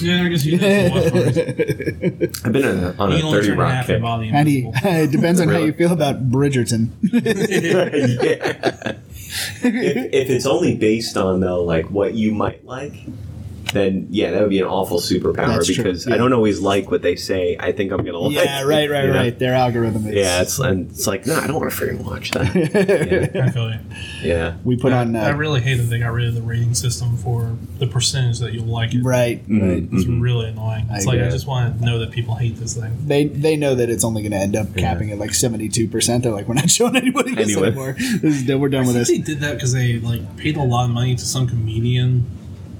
B: Yeah, I guess you did.
C: *laughs*
B: watch for it.
C: it
A: I've been on a, on a
B: You only
A: thirty
B: turn
A: rock
B: half your
A: kick.
C: *laughs*
B: body. invisible.
C: depends on how
A: Really?
C: you feel about Bridgerton.
A: yeah. *laughs* if, if it's only based on though, like what you might like, then yeah, that would be an awful superpower
C: That's true,
A: because
C: yeah.
A: I don't always like what they say. I think I'm gonna like.
C: yeah,
A: it,
C: right, right,
A: you know?
C: right. Their algorithm is.
A: Yeah, it's and it's like no, I don't want to freaking watch
C: *laughs*
A: that.
B: I feel you.
A: yeah,
C: we *laughs* put on.
B: I
C: Uh,
B: really hate that they got rid of the rating system for the percentage that you'll like it.
C: right.
A: Mm,
B: It's
A: mhm.
B: really annoying. It's
C: I
B: like I
A: guess.
B: just want to know that people hate this thing.
C: They they know that it's only going to end up capping at like seventy two percent. They're like, we're not *laughs* showing anybody this
A: Anyway.
C: anymore. This is, we're done
B: I think
C: with this.
B: they did that because they like paid a lot of money to some comedian,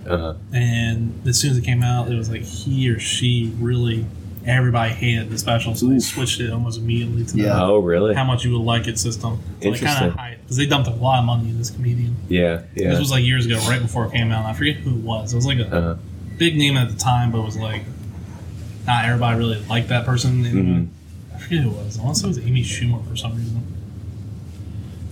A: Uh,
B: and as soon as it came out, it was like he or she really everybody hated the special, so they switched it almost immediately to
C: Yeah.
A: oh, really?
B: the how much you would like it system. So like kind
A: Interesting.
B: of high because they dumped a lot of money in this comedian.
A: Yeah, yeah.
B: This was like years ago, right before it came out. and I forget who it was. It was like a
A: uh,
B: big name at the time, but it was like not everybody really liked that person. And,
A: Mhm.
B: I forget who it was. I want to say it was Amy Schumer for some reason.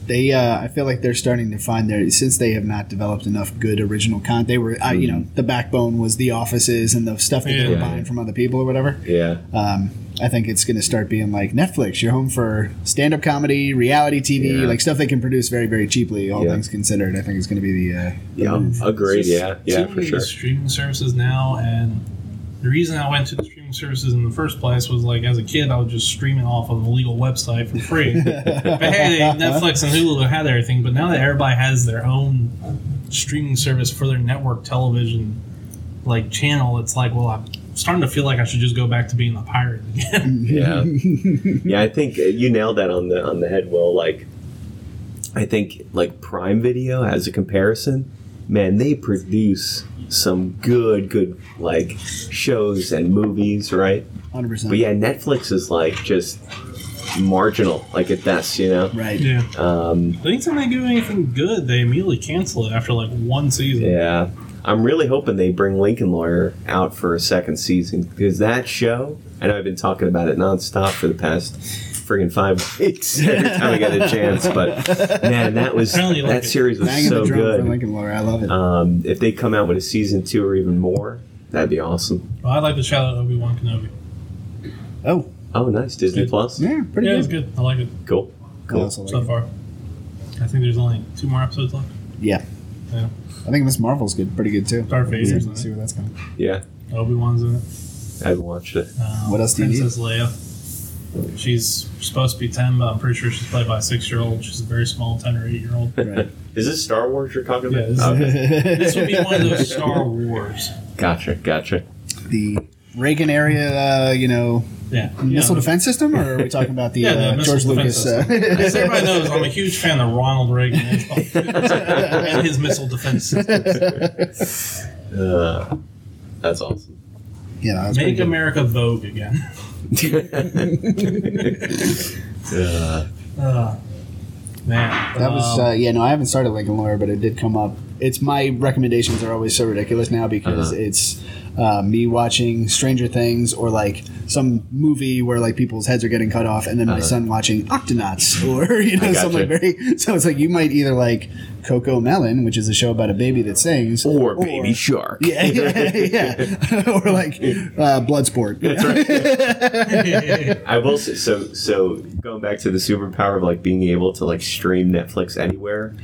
C: They, uh, I feel like they're starting to find their since they have not developed enough good original content. They were, I, you know, the backbone was the offices and the stuff that they were
A: Mm-hmm. Yeah.
C: buying from other people or whatever.
A: yeah.
C: um, I think it's going to start being like Netflix. You're home for stand up comedy, reality TV,
A: Yeah.
C: like stuff they can produce very, very cheaply, all
A: Yeah.
C: things considered. I think it's going to be the. Uh, the
A: Yeah,
C: move.
A: agreed.
B: It's just
A: Yeah, yeah,
B: too
A: for
B: many
A: sure.
B: Streaming services now, and the reason I went to the streaming services in the first place was like as a kid, I was just streaming off of an illegal website for free.
A: *laughs*
B: if I had it, Netflix and Hulu, I had everything. But now that everybody has their own streaming service for their network television like channel, it's like, well, I'm starting to feel like I should just go back to being a pirate again. *laughs*
A: yeah yeah i think uh, you nailed that on the on the head will like i think like prime video as a comparison man they produce some good good like shows and movies right
C: 100%.
A: but yeah netflix is like just marginal like at best you know
C: Right. *laughs*
B: yeah.
A: *laughs* um
B: Anytime they do anything good, they immediately cancel it after like one season.
A: yeah i'm really hoping they bring lincoln lawyer out for a second season because that show i know i've been talking about it nonstop for the past friggin' five *laughs* weeks every time i get a chance but Man, that was
B: Apparently, like,
A: that series was
C: Banging
A: so
C: the drum for
A: good.
C: Lincoln Lawyer. I love it.
A: Um, if they come out with a season two or even more, that'd be awesome.
B: Well, I'd like to shout out Obi Wan Kenobi.
C: oh,
A: Oh, nice Disney Plus.
C: yeah. Pretty
B: yeah, it's
C: good.
B: good. I like it
A: Cool,
C: I
A: cool.
C: also like
B: so
C: it.
B: far. I think there's only two more episodes left.
C: Yeah.
B: Yeah.
C: I think Miss Marvel's good. Pretty good too.
B: Darth Vader's
C: See,
B: in
C: see
B: it.
C: where that's going.
A: Yeah,
B: Obi Wan's in it.
A: I haven't watched it.
B: Um,
C: What else do you need?
B: Princess Leia. She's supposed to be ten, but I'm pretty sure she's played by a six-year-old. She's a very small ten or eight-year-old.
A: *laughs*
B: *laughs*
C: Right.
A: Is this Star Wars you're talking
B: Yeah,
A: about?
B: this is-
A: Okay.
B: this would be one of
C: *laughs*
B: those *laughs* Star Wars.
A: Gotcha, gotcha. *laughs*
C: the Reagan area, uh, you know,
B: Yeah,
C: missile
B: yeah,
C: defense system, or are we talking about the
B: Yeah, the
C: uh,
B: missile
C: George
B: defense
C: Lucas?
B: As
C: Uh,
B: everybody knows,
C: *laughs*
B: I'm a huge fan of Ronald Reagan *laughs* and his missile defense system.
C: *laughs*
A: Uh, that's awesome. *laughs*
C: yeah, that's pretty
B: Make
C: good.
B: America Vogue again. *laughs*
A: Uh,
B: Uh, man,
C: That was
B: um,
C: uh, yeah. No, I haven't started Lincoln Lawyer, but it did come up. It's my recommendations are always so ridiculous now because it's uh, me watching Stranger Things or like some movie where like people's heads are getting cut off, and then my son watching Octonauts or *laughs* you know
A: gotcha.
C: something very. *laughs* So it's like you might either like Coco Melon, which is a show about a baby that sings,
A: or Baby Shark.
C: *laughs* yeah, yeah, yeah, *laughs* or like uh, Bloodsport.
A: That's right.
B: *laughs*
C: uh,
A: I will say so. So going back to the superpower of like being able to like stream Netflix anywhere,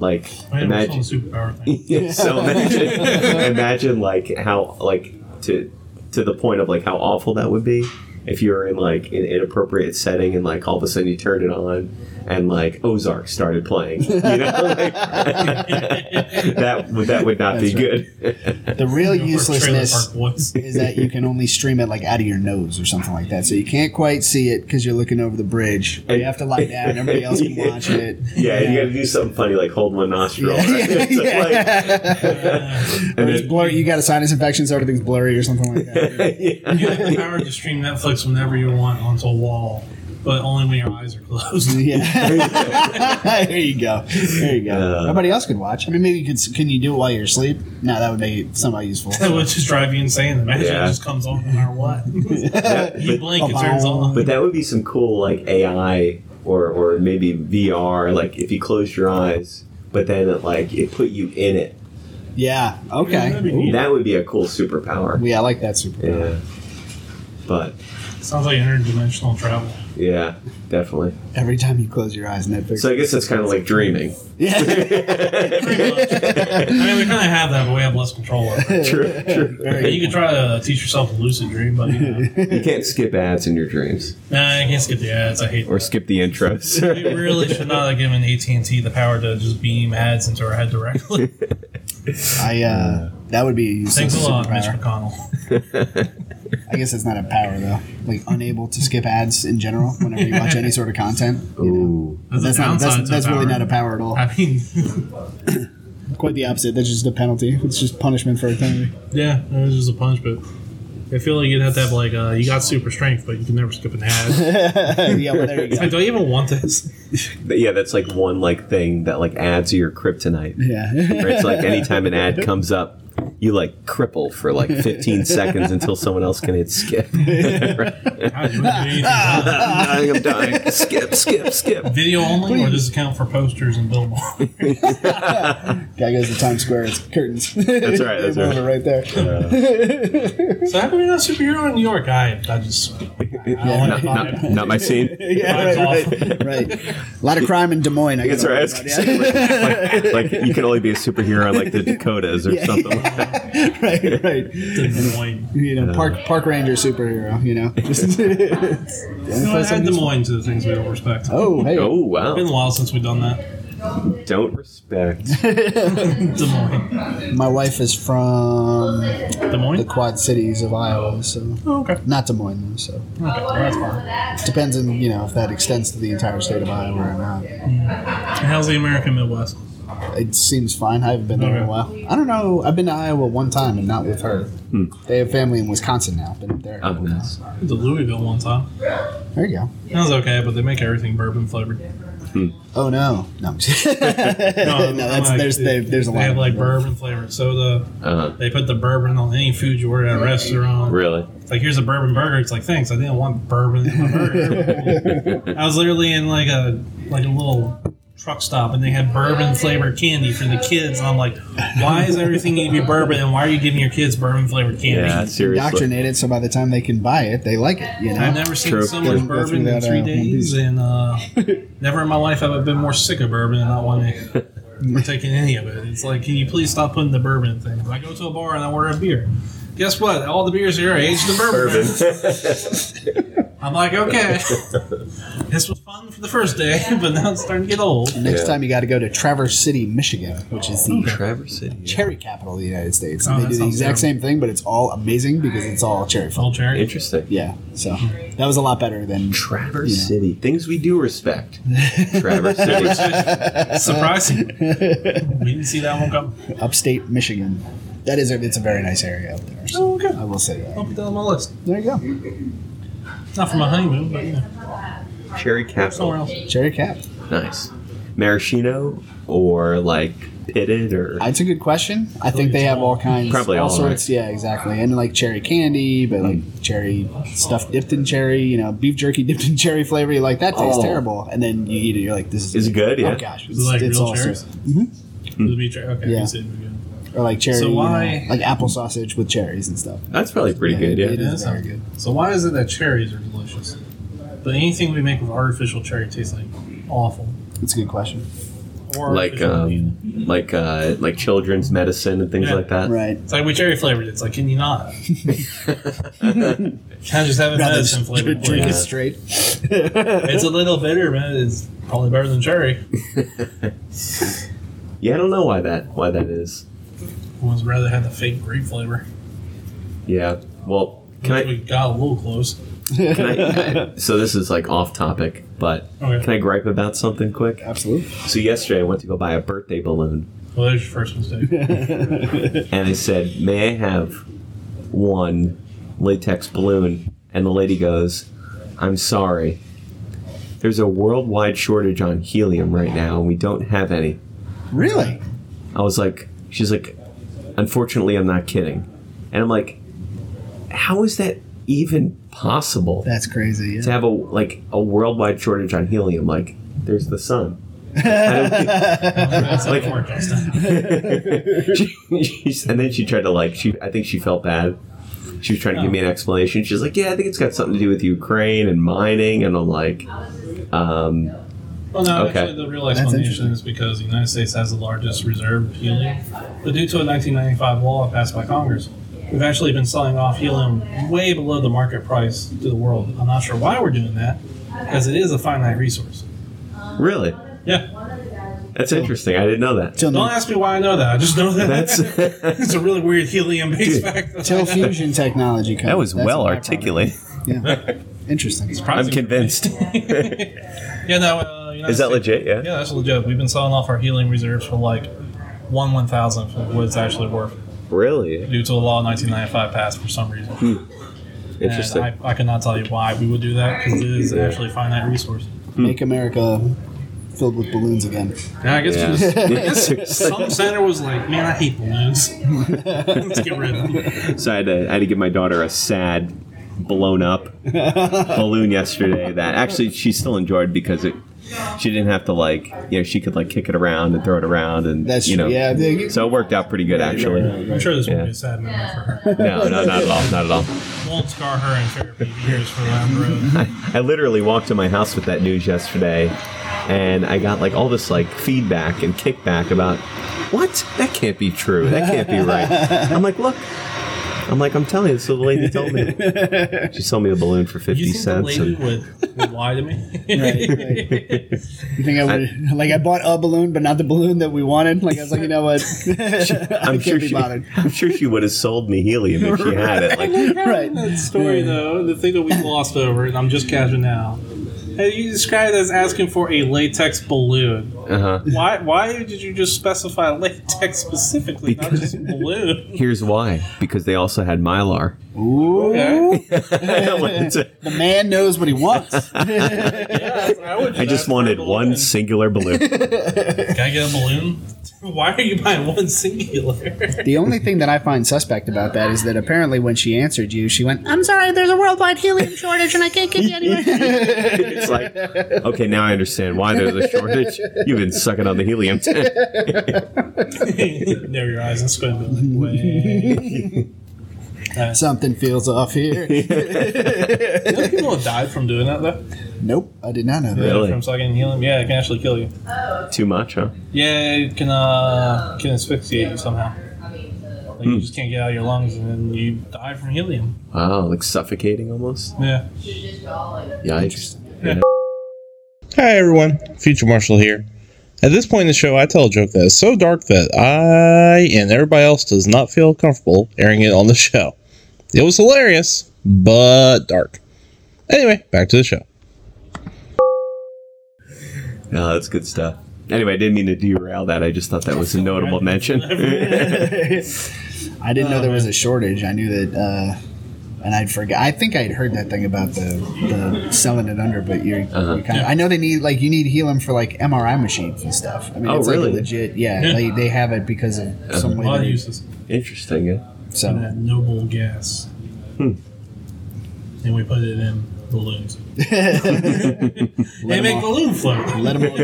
A: like
B: man,
A: imagine
B: we're still on the superpower
A: *laughs*
B: thing.
A: so imagine, imagine like how like to to the point of like how awful that would be if you were in like an inappropriate setting and like all of a sudden you turned it on and like Ozark started playing. You know, like, *laughs* that would that would not be
C: That's
A: good. *laughs*
C: The real
B: You know, we're Trailer
C: *laughs* uselessness
B: Park Boys.
C: is that you can only stream it like out of your nose or something like that. So you can't quite see it because you're looking over the bridge. You have to lie down. Everybody else can watch it.
A: *laughs* yeah, you got to do something funny like hold one nostril. right?
C: *laughs* Yeah,
A: *laughs* It's like-
C: *laughs* Or
A: and
C: it's
A: then- *laughs*
C: blurry. You got a sinus infection, so everything's blurry or something like that.
A: yeah.
B: You have the power to stream Netflix whenever you want onto a wall, but only when your eyes are
C: *laughs*
B: closed. *laughs*
C: Yeah. there you go. There you go.
A: Uh,
C: Nobody else could watch. I mean, maybe you could. s- Can you do it while you're asleep? No, that would make it
A: *laughs*
C: somehow useful.
B: That would just drive you insane. The magic
A: Yeah.
B: just comes
C: *laughs*
B: on no matter what. you blink, it turns on.
A: But that would be some cool like AI or or maybe VR. Like if you closed your eyes, but then it, like it put you in it.
C: Yeah. Okay.
A: That would be a cool superpower.
C: Yeah, I like that super.
A: Yeah. But
B: Sounds like interdimensional travel.
A: yeah, definitely.
C: Every time you close your eyes, Netflix. *laughs* uh,
A: So I guess that's kind of like dreaming. *laughs*
C: yeah.
B: Pretty much. I mean, we kind of have that, but we have less control over it.
A: True, true.
B: Yeah, You can try to teach yourself a lucid dream, but you know.
C: *laughs*
A: You can't skip ads in your dreams
B: nah, I can't skip the ads. I hate.
A: or
B: that.
A: skip the intros.
B: We really should not have given AT and T the power to just beam ads into our head
C: *laughs*
B: directly.
C: I. Uh, that would be a useless
B: Thanks a lot, Mitch
C: superpower.
B: McConnell.
C: I guess it's not a power though. Like unable to skip ads in general whenever you watch any sort of content.
A: *laughs* Ooh.
C: That's
B: a
C: not.
B: downside
C: That's,
B: to
C: that's
B: power.
C: really not a power at all.
B: I mean, *laughs*
C: Quite the opposite. That's just a penalty. It's just punishment
B: *laughs*
C: for eternity.
B: yeah, it was just a punch, but I feel like you'd have to have like uh, you got super strength, but you can never skip an ad.
C: *laughs* *laughs* yeah. Well, there you go.
B: Like, do I even want this?
A: But yeah, that's like one like thing that like adds to your kryptonite.
C: Yeah. *laughs*
A: Where it's like anytime an ad comes up, you like cripple for like
C: *laughs*
A: 15 seconds until someone else can hit skip. *laughs*
B: God, you wouldn't do anything about
C: *laughs*
B: it.
A: I'm dying, I'm dying. Skip, skip, skip.
B: Video only, or does it count for posters and billboards? *laughs*
C: Guy goes to Times Square. It's curtains. That's
A: right,
C: *laughs*
A: that's
C: right. Right there.
B: so how come you're not a superhero in New York? I, I just I
A: Not, not, not my scene.
C: *laughs* *laughs* Yeah. Right. Right. *laughs* right. A lot of crime in Des Moines. I
A: That's
C: gotta
A: right. I
C: worry
A: was
C: about,
A: gonna
C: *laughs* yeah.
A: say, like, like, like, you can only be a superhero in like the Dakotas or something. like that.
C: *laughs* right, right.
B: Des
C: *laughs*
B: Moines.
C: You know, park park ranger superhero. You know. *laughs* Just-
B: No, I add Des Moines to the things we don't respect. It's
C: oh, hey.
A: Oh
B: been
A: wow!
B: a while since we've done that.
A: Don't
C: *laughs*
A: respect.
B: Des Moines.
C: My wife is from
B: Des
C: the
B: Moines?
C: Quad Cities of Iowa, so
B: Oh, okay. Okay.
C: not Des Moines, though. So
B: well, that's fine.
C: depends on you know if that extends to the entire state of Iowa or not.
B: And how's the American Midwest?
C: It seems fine. I haven't been there in a
B: Okay.
C: while. I don't know. I've been to Iowa one time and not with her.
B: Hmm.
C: They have family in Wisconsin now. Been up there. a
A: Oh,
C: couple
A: nice.
C: times.
B: I went to Louisville one time.
C: There you go.
B: That was okay, but they make everything bourbon flavored.
C: Oh no, no,
B: *laughs*
C: I'm just- *laughs* no. That's
B: like,
C: there's they, there's a
B: they
C: lot.
B: have
C: of
B: like
C: them.
B: bourbon flavored soda.
A: Uh,
B: They put the bourbon on any food you order at a restaurant.
C: *laughs*
A: really?
B: It's like here's a bourbon burger. It's like thanks, I didn't want bourbon in my
C: *laughs*
B: burger. I was literally in like a like a little truck stop and they had bourbon flavored candy for the kids and I'm like, why is everything need to be bourbon and why are you giving your kids bourbon flavored candy?
A: Yeah, seriously.
C: indoctrinated, so by the time they can buy it, they like it. You
B: I've
C: know.
B: never seen
A: True.
B: so
A: Go
B: much
A: through
B: bourbon in
C: that, uh,
B: three
C: one
B: days, and uh, never in my life have I been more sick of bourbon and not wanting or taking any of it. It's like, can you please stop putting the bourbon in things? I go to a bar and I order a beer. Guess what? All the beers here are aged in bourbon. I'm like, okay, this was fun for the first day, *laughs* but now it's starting to get old.
C: Next
A: Yeah. Oh,
C: time you got to go to Traverse City, Michigan, which is the
A: Traverse City.
C: cherry capital of the United States.
B: Oh,
C: And
B: that
C: they do the
B: sounds
C: exact
B: terrible.
C: same thing, but it's all amazing because it's all cherry
B: Old
C: fun.
A: *laughs*
B: cherry.
A: Interesting.
C: Yeah, so that was a lot better than
A: Traverse City. Things we do respect.
C: *laughs*
A: Traverse City.
C: uh,
B: Surprising. we didn't see that one come.
C: upstate Michigan. That is, a, it's a very nice area up there. So
B: Oh, okay.
C: I will say that.
B: I'll put that on my list.
C: There you
B: Not for my honeymoon, but you know,
A: Cherry Castle.
B: somewhere else.
C: go, cherry cap.
A: Nice. Maraschino or like pitted or
C: It's a good question. I think they have all kinds,
A: Probably
C: all
A: all,
C: sorts. Yeah, exactly. And like cherry candy, but like cherry stuff dipped in cherry. You know, beef jerky *laughs* dipped in cherry flavor. You're like that tastes
A: Oh.
C: terrible, and then you eat it. You're like, this is,
A: is it good? Yeah.
C: Oh gosh, it's,
B: Is it like
C: it's Mm-hmm.
B: real
C: all
B: cherry?
C: sorts.
B: It'll be cherry. Okay,
C: Yeah.
B: I see it again.
C: or like cherry,
B: So
C: you know,
B: why-
C: like apple sausage with cherries and stuff.
A: That's probably pretty
C: Yeah,
A: good. Yeah.
C: it
B: Yeah, that
C: is very
B: sounds
C: good.
B: So why is it that cherries are delicious, but anything we make with artificial cherry tastes like awful?
C: It's a good question,
B: Or
A: Like
B: artificial-
A: um, like uh, like children's medicine and things
B: Yeah.
A: like that.
C: right?
B: it's like we cherry flavored. it. It's like can you not? Can I just have it
C: Rather
B: medicine
C: just
B: flavored?
C: drink
B: Yeah.
C: it straight.
B: It's a little bitter, man. It's probably better than cherry.
A: *laughs* Yeah, I don't know why that why that is.
B: I would rather have the fake grape flavor.
A: Yeah. Well, can I
B: we got a little close.
A: Can I, I- so this is like off topic, but
B: Okay.
A: can I gripe about something quick?
C: Absolutely.
A: So yesterday I went to go buy a birthday balloon,
B: Well, there's your first mistake.
A: and I said, "May I have one latex balloon?" And the lady goes, "I'm sorry, there's a worldwide shortage on helium right now, and we don't have any."
C: Really?
A: I was like, "She's like, unfortunately, I'm not kidding," and I'm like, "How is that even possible
C: That's crazy.
A: to
C: Yeah.
A: have a like a worldwide shortage on helium? Like, there's the sun. I don't think-
B: That's
A: like-
B: forecast.
A: *laughs* she, she's- and then she tried to like she I think she felt bad. She was trying to give me an explanation. She's like, "Yeah, I think it's got something to do with Ukraine and mining." And I'm like, um,
B: Well, no,
A: Okay.
B: actually, the real
C: That's
B: explanation
C: interesting.
B: is because the United States has the largest reserve of helium. But due to a 1995 law passed by Congress, we've actually been selling off helium way below the market price to the world. I'm not sure why we're doing that, because it is a finite resource.
A: "Really?
B: Yeah.
A: That's interesting. I didn't know that."
C: *laughs* Till,
B: Don't ask me why I know that. I just know that.
A: That's
B: *laughs* it's a really weird helium based fact. that I *laughs*
C: till
B: know.
C: fusion technology comes.
A: that was
C: That's
A: well
C: my
A: articulated.
C: problem. Yeah. Interesting.
A: I'm
C: *laughs*
A: convinced.
B: *laughs* Yeah, no. Uh, United
A: Is that
B: States-
A: legit? Yeah.
B: Yeah, that's legit. We've been selling off our helium reserves for like one one thousandth of what it's actually worth.
A: Really
B: due to a law in 1995 passed for some reason.
A: interesting.
B: And I, I cannot tell you why we would do that because it is actually a finite resource.
C: Make America filled with balloons again. *laughs*
B: Yeah, I guess
A: Yeah.
B: just-
A: *laughs*
B: some senator was like, "Man, I hate balloons. *laughs* Let's get rid of them."
A: so I had to I had to give my daughter a sad, blown
C: *laughs*
A: up balloon yesterday. That actually she still enjoyed because it. She didn't have to like, you know, she could like kick it around and throw it around, and
C: That's
A: you know,
C: true. Yeah. they- you-
A: So it worked out pretty good, actually.
B: I'm sure this will
A: Yeah.
B: be a sad memory for her.
A: No, no, not at all, not at all.
B: Won't scar her in therapy years for that
A: *laughs*
B: road.
A: I, I literally walked to my house with that news yesterday, and I got like all this like feedback and kickback about what that can't be true, that can't be right. I'm like, look, I'm like, I'm telling you, this is what the lady told me. She sold me a balloon for fifty
B: You think the
A: cents.
B: lady
A: and-
B: would, would lie to *laughs* me?
C: Right, right. *laughs* You think I would like I bought a balloon, but not the balloon that we wanted? Like I was like, you know what? *laughs* *laughs* I
A: I'm
C: can't
A: sure
C: be
A: she,
B: *laughs*
C: bothered.
A: *laughs* I'm sure she would have sold me helium if she had it.
C: *laughs*
A: Like,
C: Right.
B: That story though, the thing that we glossed over, and I'm just catching now. Hey, you described it as asking for a latex balloon.
A: uh-huh.
B: Why? Why did you just specify latex specifically, not just balloon?
A: here's why: because they also had mylar. *laughs*
C: Ooh.
B: Okay.
C: The man knows what he wants.
B: Yeah, I, would
A: I
B: ask
A: just
B: for a
A: wanted
B: balloon.
A: one singular balloon.
B: Can I get a balloon? *laughs* Why are you buying one singular?
C: *laughs* The only thing that I find suspect about that is that apparently when she answered you, she went, "I'm sorry, there's a worldwide helium shortage and I
B: *laughs*
C: can't get you anywhere."
A: It's like, okay, now I understand why there's a shortage. You've been sucking on the helium *laughs* tank.
B: *laughs* Narrow your eyes and squint. Like, Way.
C: Something feels off here.
B: You know people have died from doing that though.
C: nope, I did not know that.
A: Really?
B: From sucking helium. Yeah, it can actually kill you.
A: *laughs* Too much, huh?
B: Yeah, it can uh, can asphyxiate you somehow. Like
A: Hmm.
B: you just can't get out of your lungs, and then you die from helium.
A: Wow, like suffocating almost.
B: Yeah.
A: Yikes.
E: Hi everyone, Future Marshall here. At this point in the show, I tell a joke that is so dark that I and everybody else does not feel comfortable airing it on the show. It was hilarious, but dark. Anyway, back to the show.
A: No, that's good stuff. Anyway, I didn't mean to derail that. I just thought that was a notable mention. *laughs*
C: I didn't know there was a shortage. I knew that, uh, and I'd forget. I think I'd heard that thing about the, the selling it under, but you're,
A: Uh-huh.
C: you're kind of. I know they need like you need helium for like MRI machines and stuff. I mean,
A: Oh,
C: it's
A: really? Uh-huh.
C: like legit. Yeah, They, they have it because of some
B: A lot of
C: way. that-
B: uses.
A: Interesting. Yeah. *laughs*
C: So
B: That noble gas.
A: Hmm.
B: And we put it in balloons.
C: *laughs*
B: they make balloon float.
C: let them.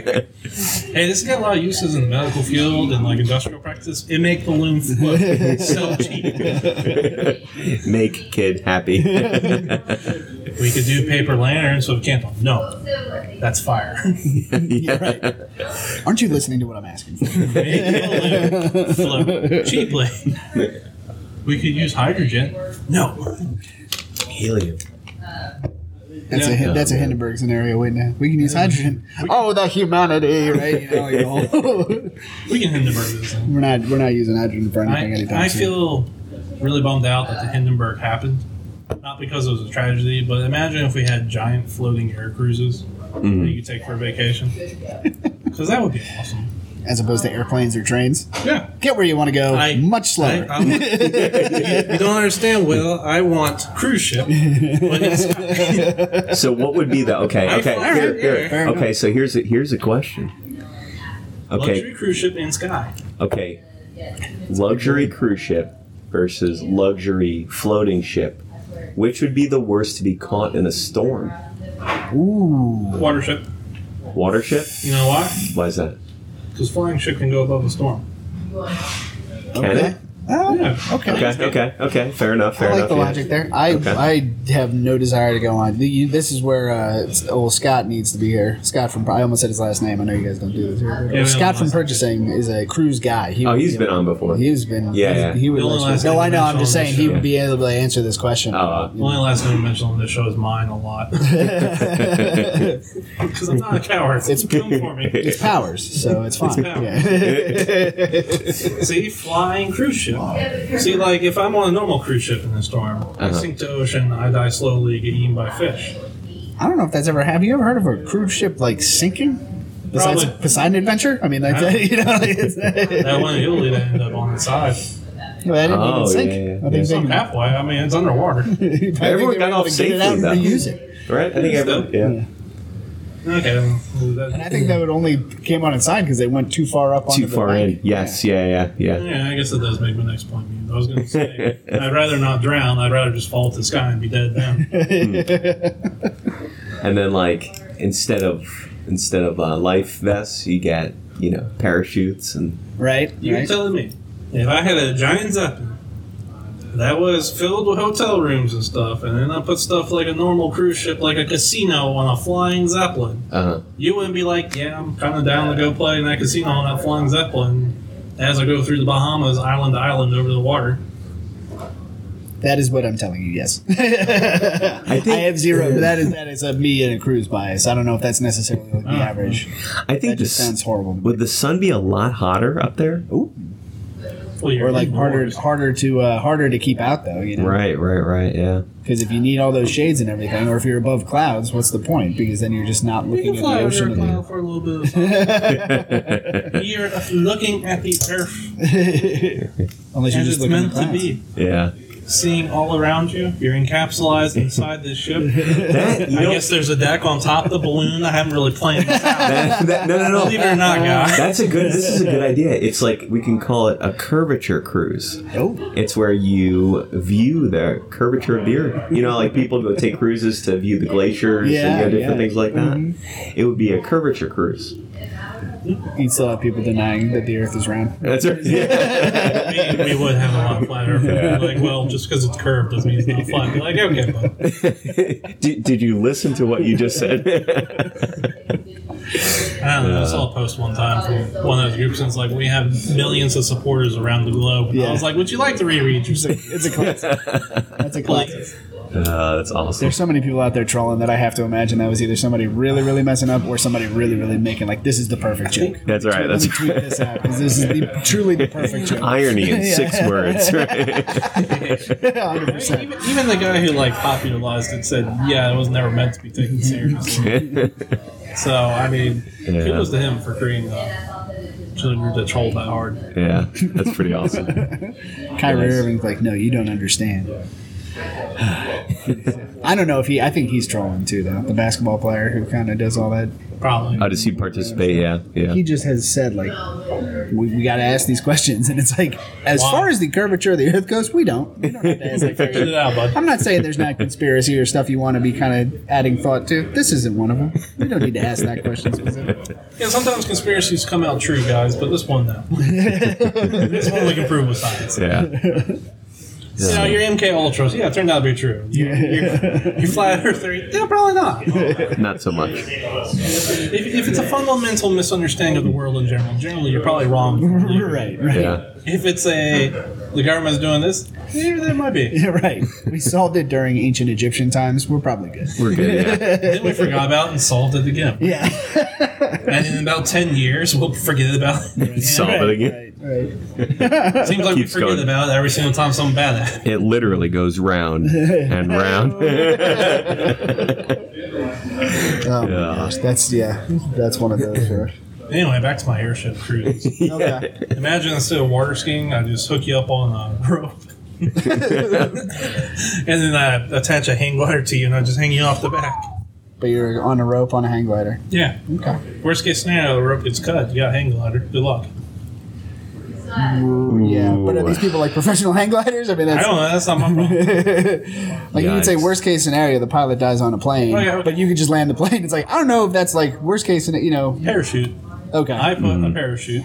B: Hey, this has got a lot of uses in the medical field and like industrial practice. It make balloon
C: *laughs*
B: float so cheap.
A: Make kid happy. *laughs*
B: We could do paper lanterns with candle. No, that's fire. *laughs*
A: yeah.
C: Aren't you listening to what I'm asking? For?
B: Make balloon float cheaply. We could use hydrogen. No.
A: Helium.
C: That's a
B: Yeah.
C: that's a Hindenburg scenario, wait now. We can use hydrogen. Oh, the
A: *laughs*
C: humanity, right? You know, you know. *laughs*
B: We can Hindenburg this thing.
C: we're not we're not using hydrogen for anything.
B: I,
C: anytime
B: I
C: soon.
B: feel really bummed out that the Hindenburg happened. Not because it was a tragedy, but imagine if we had giant floating air cruises
C: Mm.
B: that you could take for a vacation. Because that would be awesome.
C: as opposed to airplanes or trains.
B: Yeah.
C: Get where you want to go,
B: I-
C: much slower.
B: you don't understand, Will. I want cruise
C: *laughs*
B: ship. But it's-
A: So what would be the okay? Okay.
B: All right,
A: Here, here.
B: fair
A: Okay. So here's a here's a question. Okay.
B: Luxury cruise ship in sky.
A: Okay. Luxury cruise ship versus luxury floating ship Which would be the worst to be caught in a storm?
C: Ooh.
B: Watership.
A: Watership?
B: You know why?
A: Why is that?
B: Because flying ship can go above a storm.
A: Can it?
C: Oh,
B: Yeah.
C: okay.
A: Okay, okay, okay. Fair enough, fair
C: *laughs* I like
A: enough.
C: the
A: yeah.
C: logic there. I
A: Okay.
C: I have no desire to go on. The- you- This is where uh, it's- old Scott needs to be here. Scott from I almost said his last name. I know you guys don't do this. Here.
B: we don't
C: Scott from
B: last name.
C: purchasing is a cruise guy. He
A: Oh,
C: would
A: he's
C: be
A: been
C: able-
A: on before.
C: He's been.
A: Yeah, yeah.
C: He would.
B: The only
C: answer-
B: last
C: no,
B: name
C: I know. I'm
B: mentioned
C: just
B: on
C: saying
B: this
C: he
B: show.
C: would be able to answer this question.
A: Uh,
B: The only last name mentioned on this show is mine a
C: *laughs*
B: lot.
A: *laughs*
C: it's
B: Because I'm not a coward.
C: It's-
B: come for
C: *laughs*
B: me.
C: powers, so it's fine. yeah.
B: See, flying cruise ship. See, like if I'm on a normal cruise ship in a storm, I
A: Uh-huh.
B: sink to ocean, I die slowly, get eaten by fish.
C: *laughs* I don't know if that's ever happened. You ever heard of a cruise ship like sinking? Besides
B: Probably.
C: Poseidon Adventure, I mean, like,
B: Yeah.
C: *laughs* you know, like, it's,
B: That one in Italy that ended up on the side.
C: *laughs* Well, I didn't
A: Oh,
C: even sink.
A: yeah, yeah,
C: I think
B: It's
C: *laughs*
B: not
C: they,
B: halfway. I mean, it's underwater.
A: Everyone got off
C: Get
A: safely,
C: it out and
A: though.
C: reuse it.
A: Right? I think
B: Yeah,
A: everyone. Yeah.
B: Okay. well, that-
C: And I think that would only came on inside because they went too far up.
A: Too
C: onto the
A: far
C: bank.
A: in.
C: *laughs*
A: Yes, yeah, yeah, yeah.
B: yeah, I guess that does make my next point. I was going to say, I'd rather not drown. I'd rather just fall to the sky and be dead then.
A: Hmm. And then, like, instead of instead of uh, life vests, you get, you know, parachutes and.
C: Right.
B: You're
C: right.
B: telling me if I had a giant zeppelin that was filled with hotel rooms and stuff, and then I put stuff like a normal cruise ship, like a casino, on a flying zeppelin,
A: Uh,
B: you wouldn't be like, yeah, I'm kind of down to go play in that casino on that flying zeppelin as I go through the Bahamas, island to island, over the water.
C: That is what I'm telling you. Yes. *laughs* I,
A: think- *laughs*
C: have zero. That is that is a me and a cruise bias. I don't know if that's necessarily like the
B: Uh-huh.
C: average.
A: I think
C: That
A: the
C: just
A: s-
C: sounds horrible.
A: Would the sun be a lot hotter up there?
C: Ooh.
B: Well, you're
C: Or like harder,
B: indoors.
C: harder to uh, harder to keep out though, you know.
A: Right, right, right. Yeah.
C: Because if you need all those shades and everything, or if you're above clouds, what's the point? Because then you're just not
B: You
C: looking
B: can
C: at
B: fly
C: the
B: under
C: ocean.
B: a
C: and the-
B: cloud for a little bit. of time.
C: *laughs*
B: You're looking at the earth
C: Unless you're
B: as
C: just
B: it's
C: looking
B: meant
C: at
B: to
C: clouds.
B: be,
A: *laughs* yeah.
B: seeing all around you. You're encapsulated inside this ship.
A: That, you
B: I
A: know,
B: guess there's a deck on top of the balloon. I haven't really planned this out.
C: *laughs*
A: that, that, no, no, no.
B: Believe it or not, guys.
A: That's a good. This is a good idea. It's like we can call it a curvature cruise.
C: Oh,
A: It's where you view the curvature of the earth. You know, like people go take cruises to view the glaciers and
C: Yeah,
A: you know, different
C: yeah.
A: things like that.
C: Mhm.
A: It would be a curvature cruise.
C: you still have people denying that the Earth is round.
A: That's right. Yeah.
B: We, we would have a lot of flat earth. Like, well, just because it's curved doesn't mean it's not flat. Be like, okay, bud.
A: *laughs* did, did you listen to what you just
C: *laughs*
A: said? *laughs*
B: I don't know. I saw a post one time from one of those groups, and it's like, we have millions of supporters around the globe. And I
C: Yeah.
B: was like, would you like to reread your
C: It's a classic. That's a
B: Like,
C: classic.
A: Uh, that's awesome.
C: There's so many people out there trolling that I have to imagine that was either somebody really, really messing up or somebody really, really making like this is the perfect joke.
A: That's right.
C: Let
A: That's
C: me tweet this out 'cause this is the, truly
B: *laughs*
C: the perfect joke.
A: irony in six
C: *laughs* Yeah.
A: words. Right?
C: *laughs*
B: even, even the guy who like popularized it said, "Yeah, it was never meant to be taken seriously." so I mean,
A: Yeah.
B: kudos to him for creating a chili group that trolled that hard.
A: yeah, that's pretty awesome.
C: Kyrie
A: Nice.
C: Irving's like, no, you don't understand. *sighs* I don't know if he. I think he's trolling too, though. The basketball player who kind of does all that.
B: Probably.
A: How does he participate? Yeah, yeah.
C: He just has said like, we, we got to ask these questions, *laughs* and it's like, as
B: Why?
C: far as the curvature of the Earth goes, we don't. We don't have to ask.
B: They *laughs* figured it out, bud.
C: I'm not saying there's not conspiracy or stuff you want to be kind of adding thought to. This isn't one of them. We don't need to ask that question specifically. *laughs*
B: Yeah, sometimes conspiracies come out true, guys, but this one no. this one we can prove with science.
A: *laughs* Yeah.
B: You know, your MK Ultras, yeah, it turned out to be true. Your, your, your flat Earth theory, yeah, probably not.
A: Not so much.
B: If, if it's a fundamental misunderstanding of the world in general, generally you're probably wrong.
C: right, right,
A: Yeah.
B: If it's a the government's doing this, yeah, that might be.
C: yeah, right. We solved it during ancient Egyptian times. We're probably good.
A: We're good.
C: *laughs*
A: Yeah.
B: Then we forgot about and solved it again.
C: Yeah,
B: And in about 10 years, we'll forget about it.
A: Solve it again.
C: *laughs* right.
B: Seems like we
A: Keeps
B: forget
A: going.
B: about it every single time something bad happens.
A: It literally goes round
C: *laughs*
A: and round. *laughs*
C: Oh my
A: Yeah.
C: gosh, that's yeah, that's one of those. Where,
B: Anyway, back to my airship cruise.
C: okay.
B: Imagine instead of water skiing, I just hook you up on a *laughs* rope. and then I attach a hang glider to you and I just hang you off the back.
C: But you're on a rope on a hang glider.
B: Yeah.
C: Okay.
B: Worst case scenario, the rope gets cut. You got a hang glider. Good luck.
C: Yeah, but are these people like professional hang gliders? I mean,
B: I
C: that's
B: don't know. That's not my
C: *laughs*
B: problem.
C: like you could say
A: Yikes.
C: worst case scenario, the pilot dies on a plane,
B: Oh, yeah, okay.
C: but you could just land the plane. *laughs* It's like I don't know if that's like worst case, scenario, you know?
B: Parachute.
C: Okay,
B: I put a parachute,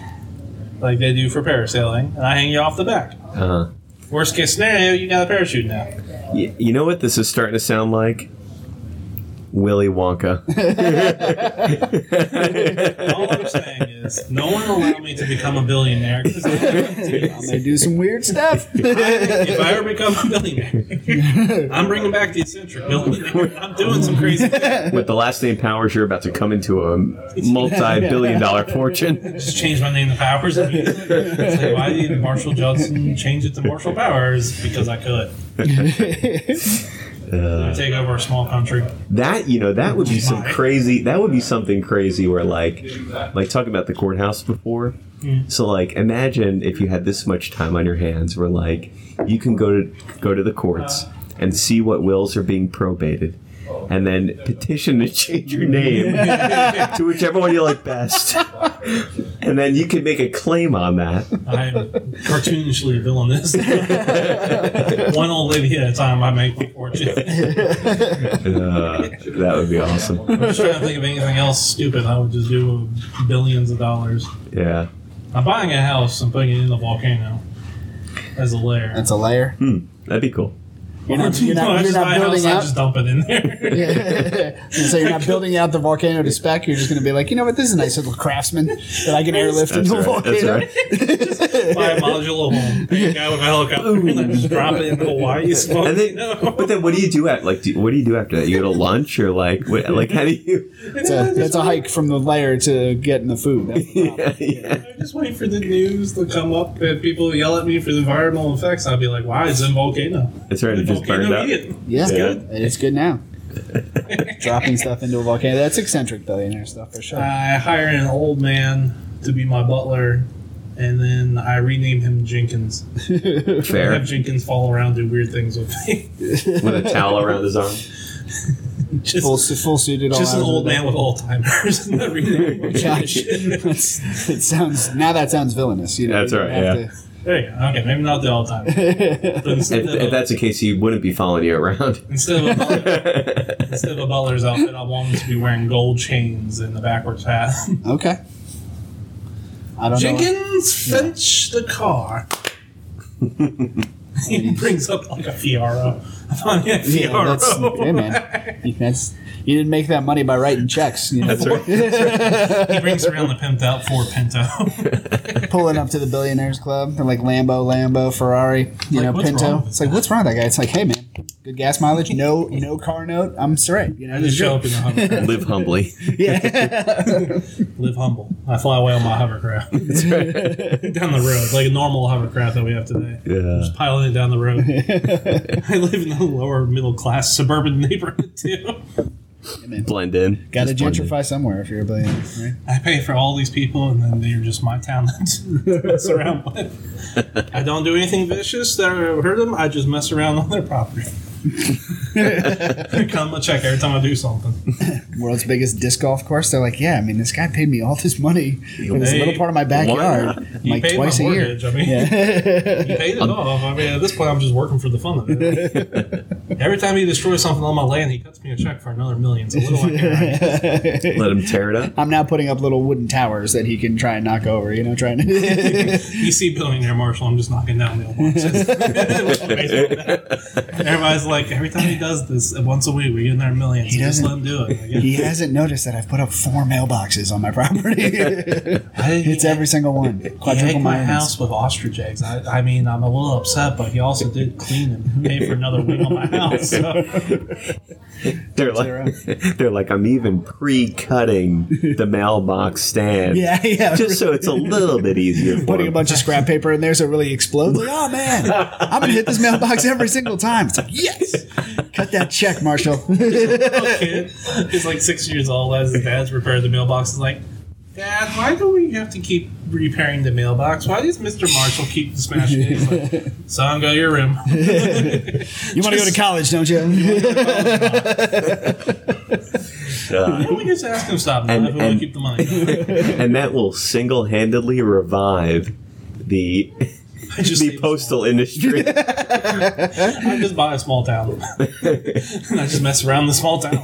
B: like they do for parasailing, and I hang you off the back.
A: Uh-huh.
B: Worst case scenario, you got a parachute now.
A: Y- you know what this is starting to sound like? Willy Wonka.
B: All I'm saying is, no one allowed me to become a billionaire. 'cause I have a team.
C: they do some weird stuff.
B: if I ever become a billionaire, I'm bringing back the eccentric billionaire. I'm doing some crazy things.
A: With the last name Powers, you're about to come into
C: *laughs*
A: a multi-billion dollar fortune.
B: Just change my name to Powers. immediately. It's like, why did Marshall Johnson change it to Marshall Powers? Because I could. I take over a small country.
A: That you know, that would be some crazy. That would be something crazy where like, like talking about the courthouse before. So like, imagine if you had this much time on your hands, where like you can go to go to the courts and see what wills are being probated, and then petition to change your name to whichever one you like best, *laughs* and then you can make a claim on that.
B: I'm cartoonishly villainous. *laughs* One old lady at a time, I make my fortune. I'm
A: Uh, that would be awesome.
B: just trying to think of anything else stupid I would just do with billions of dollars.
A: Yeah.
B: I'm buying a house and putting it in the volcano as a lair.
C: *laughs* That's a layer. *laughs*
A: That'd be cool.
C: You're not,
B: No,
C: you're
B: I
C: not, you're
B: just buy
C: not
B: a house,
C: building
B: I
C: out.
B: just dump it in
C: *laughs*
B: there.
C: so you're not building out the volcano to spec. You're just going to be like, you know what? This is a nice little craftsman that I can airlift
A: That's
C: into the
A: right.
C: volcano.
A: That's right.
B: *laughs* buy a modular
C: *laughs*
B: home. Pay a guy with a helicopter and I just drop it in Hawaii.
A: And then, but then, what do you do at like? Do, what do you do after that? You go to lunch or like, what, like how do
B: *laughs*
A: you?
C: It's a, that's a hike from the layer to getting the food. That's
B: Oh,
C: the problem.
A: *laughs* yeah.
B: *laughs* I just wait for the news to come up and people yell at me for the environmental effects. I'll be like, why is it a volcano?
A: That's right. It just burned
B: Volcano
A: up.
B: idiot.
C: Yeah, it's
A: good.
C: good. It's good now. Dropping stuff into a volcano. That's eccentric billionaire stuff for
B: *laughs*
C: sure.
B: I hire an old man to be my butler, and then I rename him Jenkins.
A: Fair
B: Have Jenkins fall around, do weird things with me. *laughs*
A: with a towel around his arm.
B: just
C: full, su- full suited. all
B: just an
C: hours of
B: old
C: the day.
B: man with Alzheimer's. *laughs* and I rename him *laughs*
C: Gosh,
B: Jenkins.
C: *laughs* it's- it sounds now that sounds villainous. You know,
A: That's
C: you
A: right,
C: have
A: yeah.
B: there you go. Okay, maybe not the
C: *laughs*
B: Alzheimer's. But instead,
A: If, if
B: of,
A: that's the case, he wouldn't be following you around. *laughs*
B: instead, of a butler, instead of a butler's outfit, I want him to be wearing gold chains and a backwards
C: *laughs*
B: hat.
C: to- okay. I don't know.
B: Jenkins, fetch the
C: *laughs*
B: car. he brings up like a Fiaro. I found me a *laughs*
C: Yeah, that's,
B: Fiaro.
C: yeah, man. That's you didn't make that money by writing checks. You know, *laughs*
A: That's right.
B: he brings around the pimped out Ford Pinto.
C: *laughs* pulling up to the billionaires club and like Lambo, Lambo, Ferrari, you
B: Like,
C: know,
B: what's
C: Pinto.
B: wrong?
C: It's like what's wrong with that guy? It's like, hey man, good gas mileage, no, no car note. I'm straight. You know,
B: I just show up in the hovercraft.
A: Live humbly.
B: Live humble. I fly away on my
C: *laughs*
B: hovercraft. *laughs* down the road, like a normal hovercraft that we have today.
A: Yeah.
B: Just piloting down the road.
C: *laughs*
B: I live in a lower middle class suburban neighborhood too.
A: Blend in.
C: Got to
A: Just blend in.
C: gentrify somewhere if you're a billionaire. Right?
B: I pay for all these people, and then they're just my town to *laughs* mess around with. I don't do anything vicious that would hurt them. I just mess around on their
C: *laughs*
B: property. they come a check every time I do something.
C: World's biggest disc golf course. They're like, yeah, I mean, this guy paid me all this money for this
B: Hey,
C: little part of my
A: not?
C: backyard,
B: You
C: like
B: paid
C: twice
B: my
C: a year.
B: mortgage. I mean, you paid it off. I mean, at this point, I'm just working for the fun of it.
C: *laughs*
B: every time he destroys something on my land, he cuts me a check for another million. So what do I care?
C: *laughs*
A: Let him tear it up.
C: I'm now putting up little wooden towers that he can try and knock over. You know, trying to. *laughs*
B: You see billionaire Marshall, I'm just knocking down mailboxes. Everybody's like, every time he does this, once a week, we get in our millions.
C: He
B: just let him
C: doesn't-
B: do it. Like,
C: he hasn't noticed that I've put up four mailboxes on my property. *laughs* it's every single one.
B: He ate
C: Quadruple
B: my
C: minus.
B: house with ostrich eggs. I, I mean, I'm a little upset, but he also did clean and pay for another wing on my house. So
A: *laughs* They're like, *laughs* they're like, I'm even pre-cutting the mailbox stand.
C: *laughs* Yeah, yeah.
A: Just so it's a little bit easier. For
C: putting a
A: him.
C: bunch of scrap paper in there so it really explodes. Like, oh man, I'm gonna hit this mailbox every single time. It's like, *laughs* yes, cut that check, Marshall.
B: kid is like six years old as his dad's repaired the mailbox. Is like, Dad, why do we have to keep repairing the mailbox? Why does Mr. Marshall keep smashing it? He's like, Son, go to your
C: *laughs*
B: room.
C: You want to go to college, don't you?
A: Uh,
B: Why don't we just ask him to stop now
A: And- *laughs*
B: if we want
A: and-
B: to keep the money?
A: and that will single-handedly revive the
B: I just
A: the postal
C: *laughs*
A: industry.
B: I just buy a
A: *laughs*
B: small town. *laughs* and I just mess around the small town.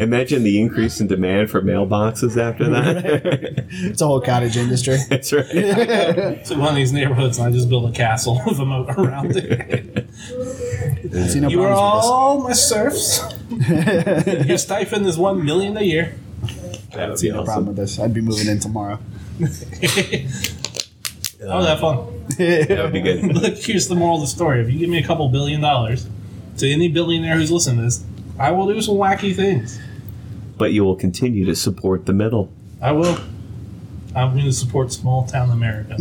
A: Imagine the increase in demand for mailboxes after that.
C: It's a whole cottage industry.
A: That's right.
B: to one of these neighborhoods, and I just build a castle *laughs* with a moat around it.
A: *laughs*
C: I see no
B: You are
C: problems with
B: all my serfs. *laughs*
C: *laughs*
B: Your stipend is one million a year.
A: That would
C: this.
A: be
C: No problem
A: awesome.
C: with this. I'd be moving in tomorrow.
B: that was that fun.
A: That would be good.
B: Look, here's the moral of the story. If you give me a couple billion dollars to any billionaire who's listening to this, I will do some wacky things.
A: But you will continue to support the middle.
B: I will. I'm going to support small town
C: *laughs*
B: America.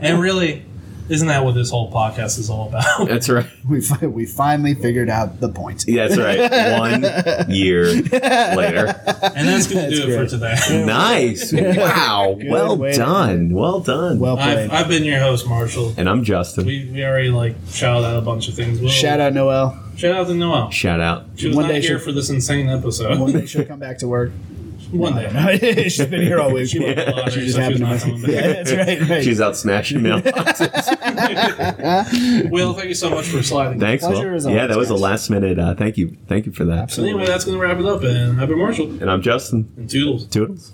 B: and really, isn't that what this whole podcast is all about?
A: That's right.
C: We, fi- we finally figured out the point.
A: Yeah, that's right. One year later.
B: And that's
C: *laughs*
B: going to do it for today.
A: Nice. Wow. well
C: way to-
A: done. Well done.
C: Well played.
B: I've, I've been your host, Marshall.
A: and I'm Justin.
B: We, we already like shouted out a bunch of things. We'll-
C: Shout out Noel.
B: shout out to Noel.
A: Shout out.
B: She was
C: One
B: not
C: day
B: here
C: she'll-
B: for this insane episode.
C: One day she'll come back to work.
B: *laughs* One day.
C: She's been here all week.
B: She won the lottery,
C: She just
B: so she's
C: happened to
B: not
C: miss
B: coming back.
C: Yeah, *laughs* that's right. right.
A: She's out
C: *laughs*
A: smashing mailboxes.
B: Will, thank you so much for sliding.
A: Thanks,
C: Pleasure
A: Will.
C: is
A: Yeah,
C: always,
A: that was a
C: guys.
A: last minute. Uh, thank you. Thank you for that.
C: Absolutely.
B: Anyway, that's going to wrap it up. And I've been Marshall.
A: And I'm Justin.
B: And Toodles.
A: Toodles.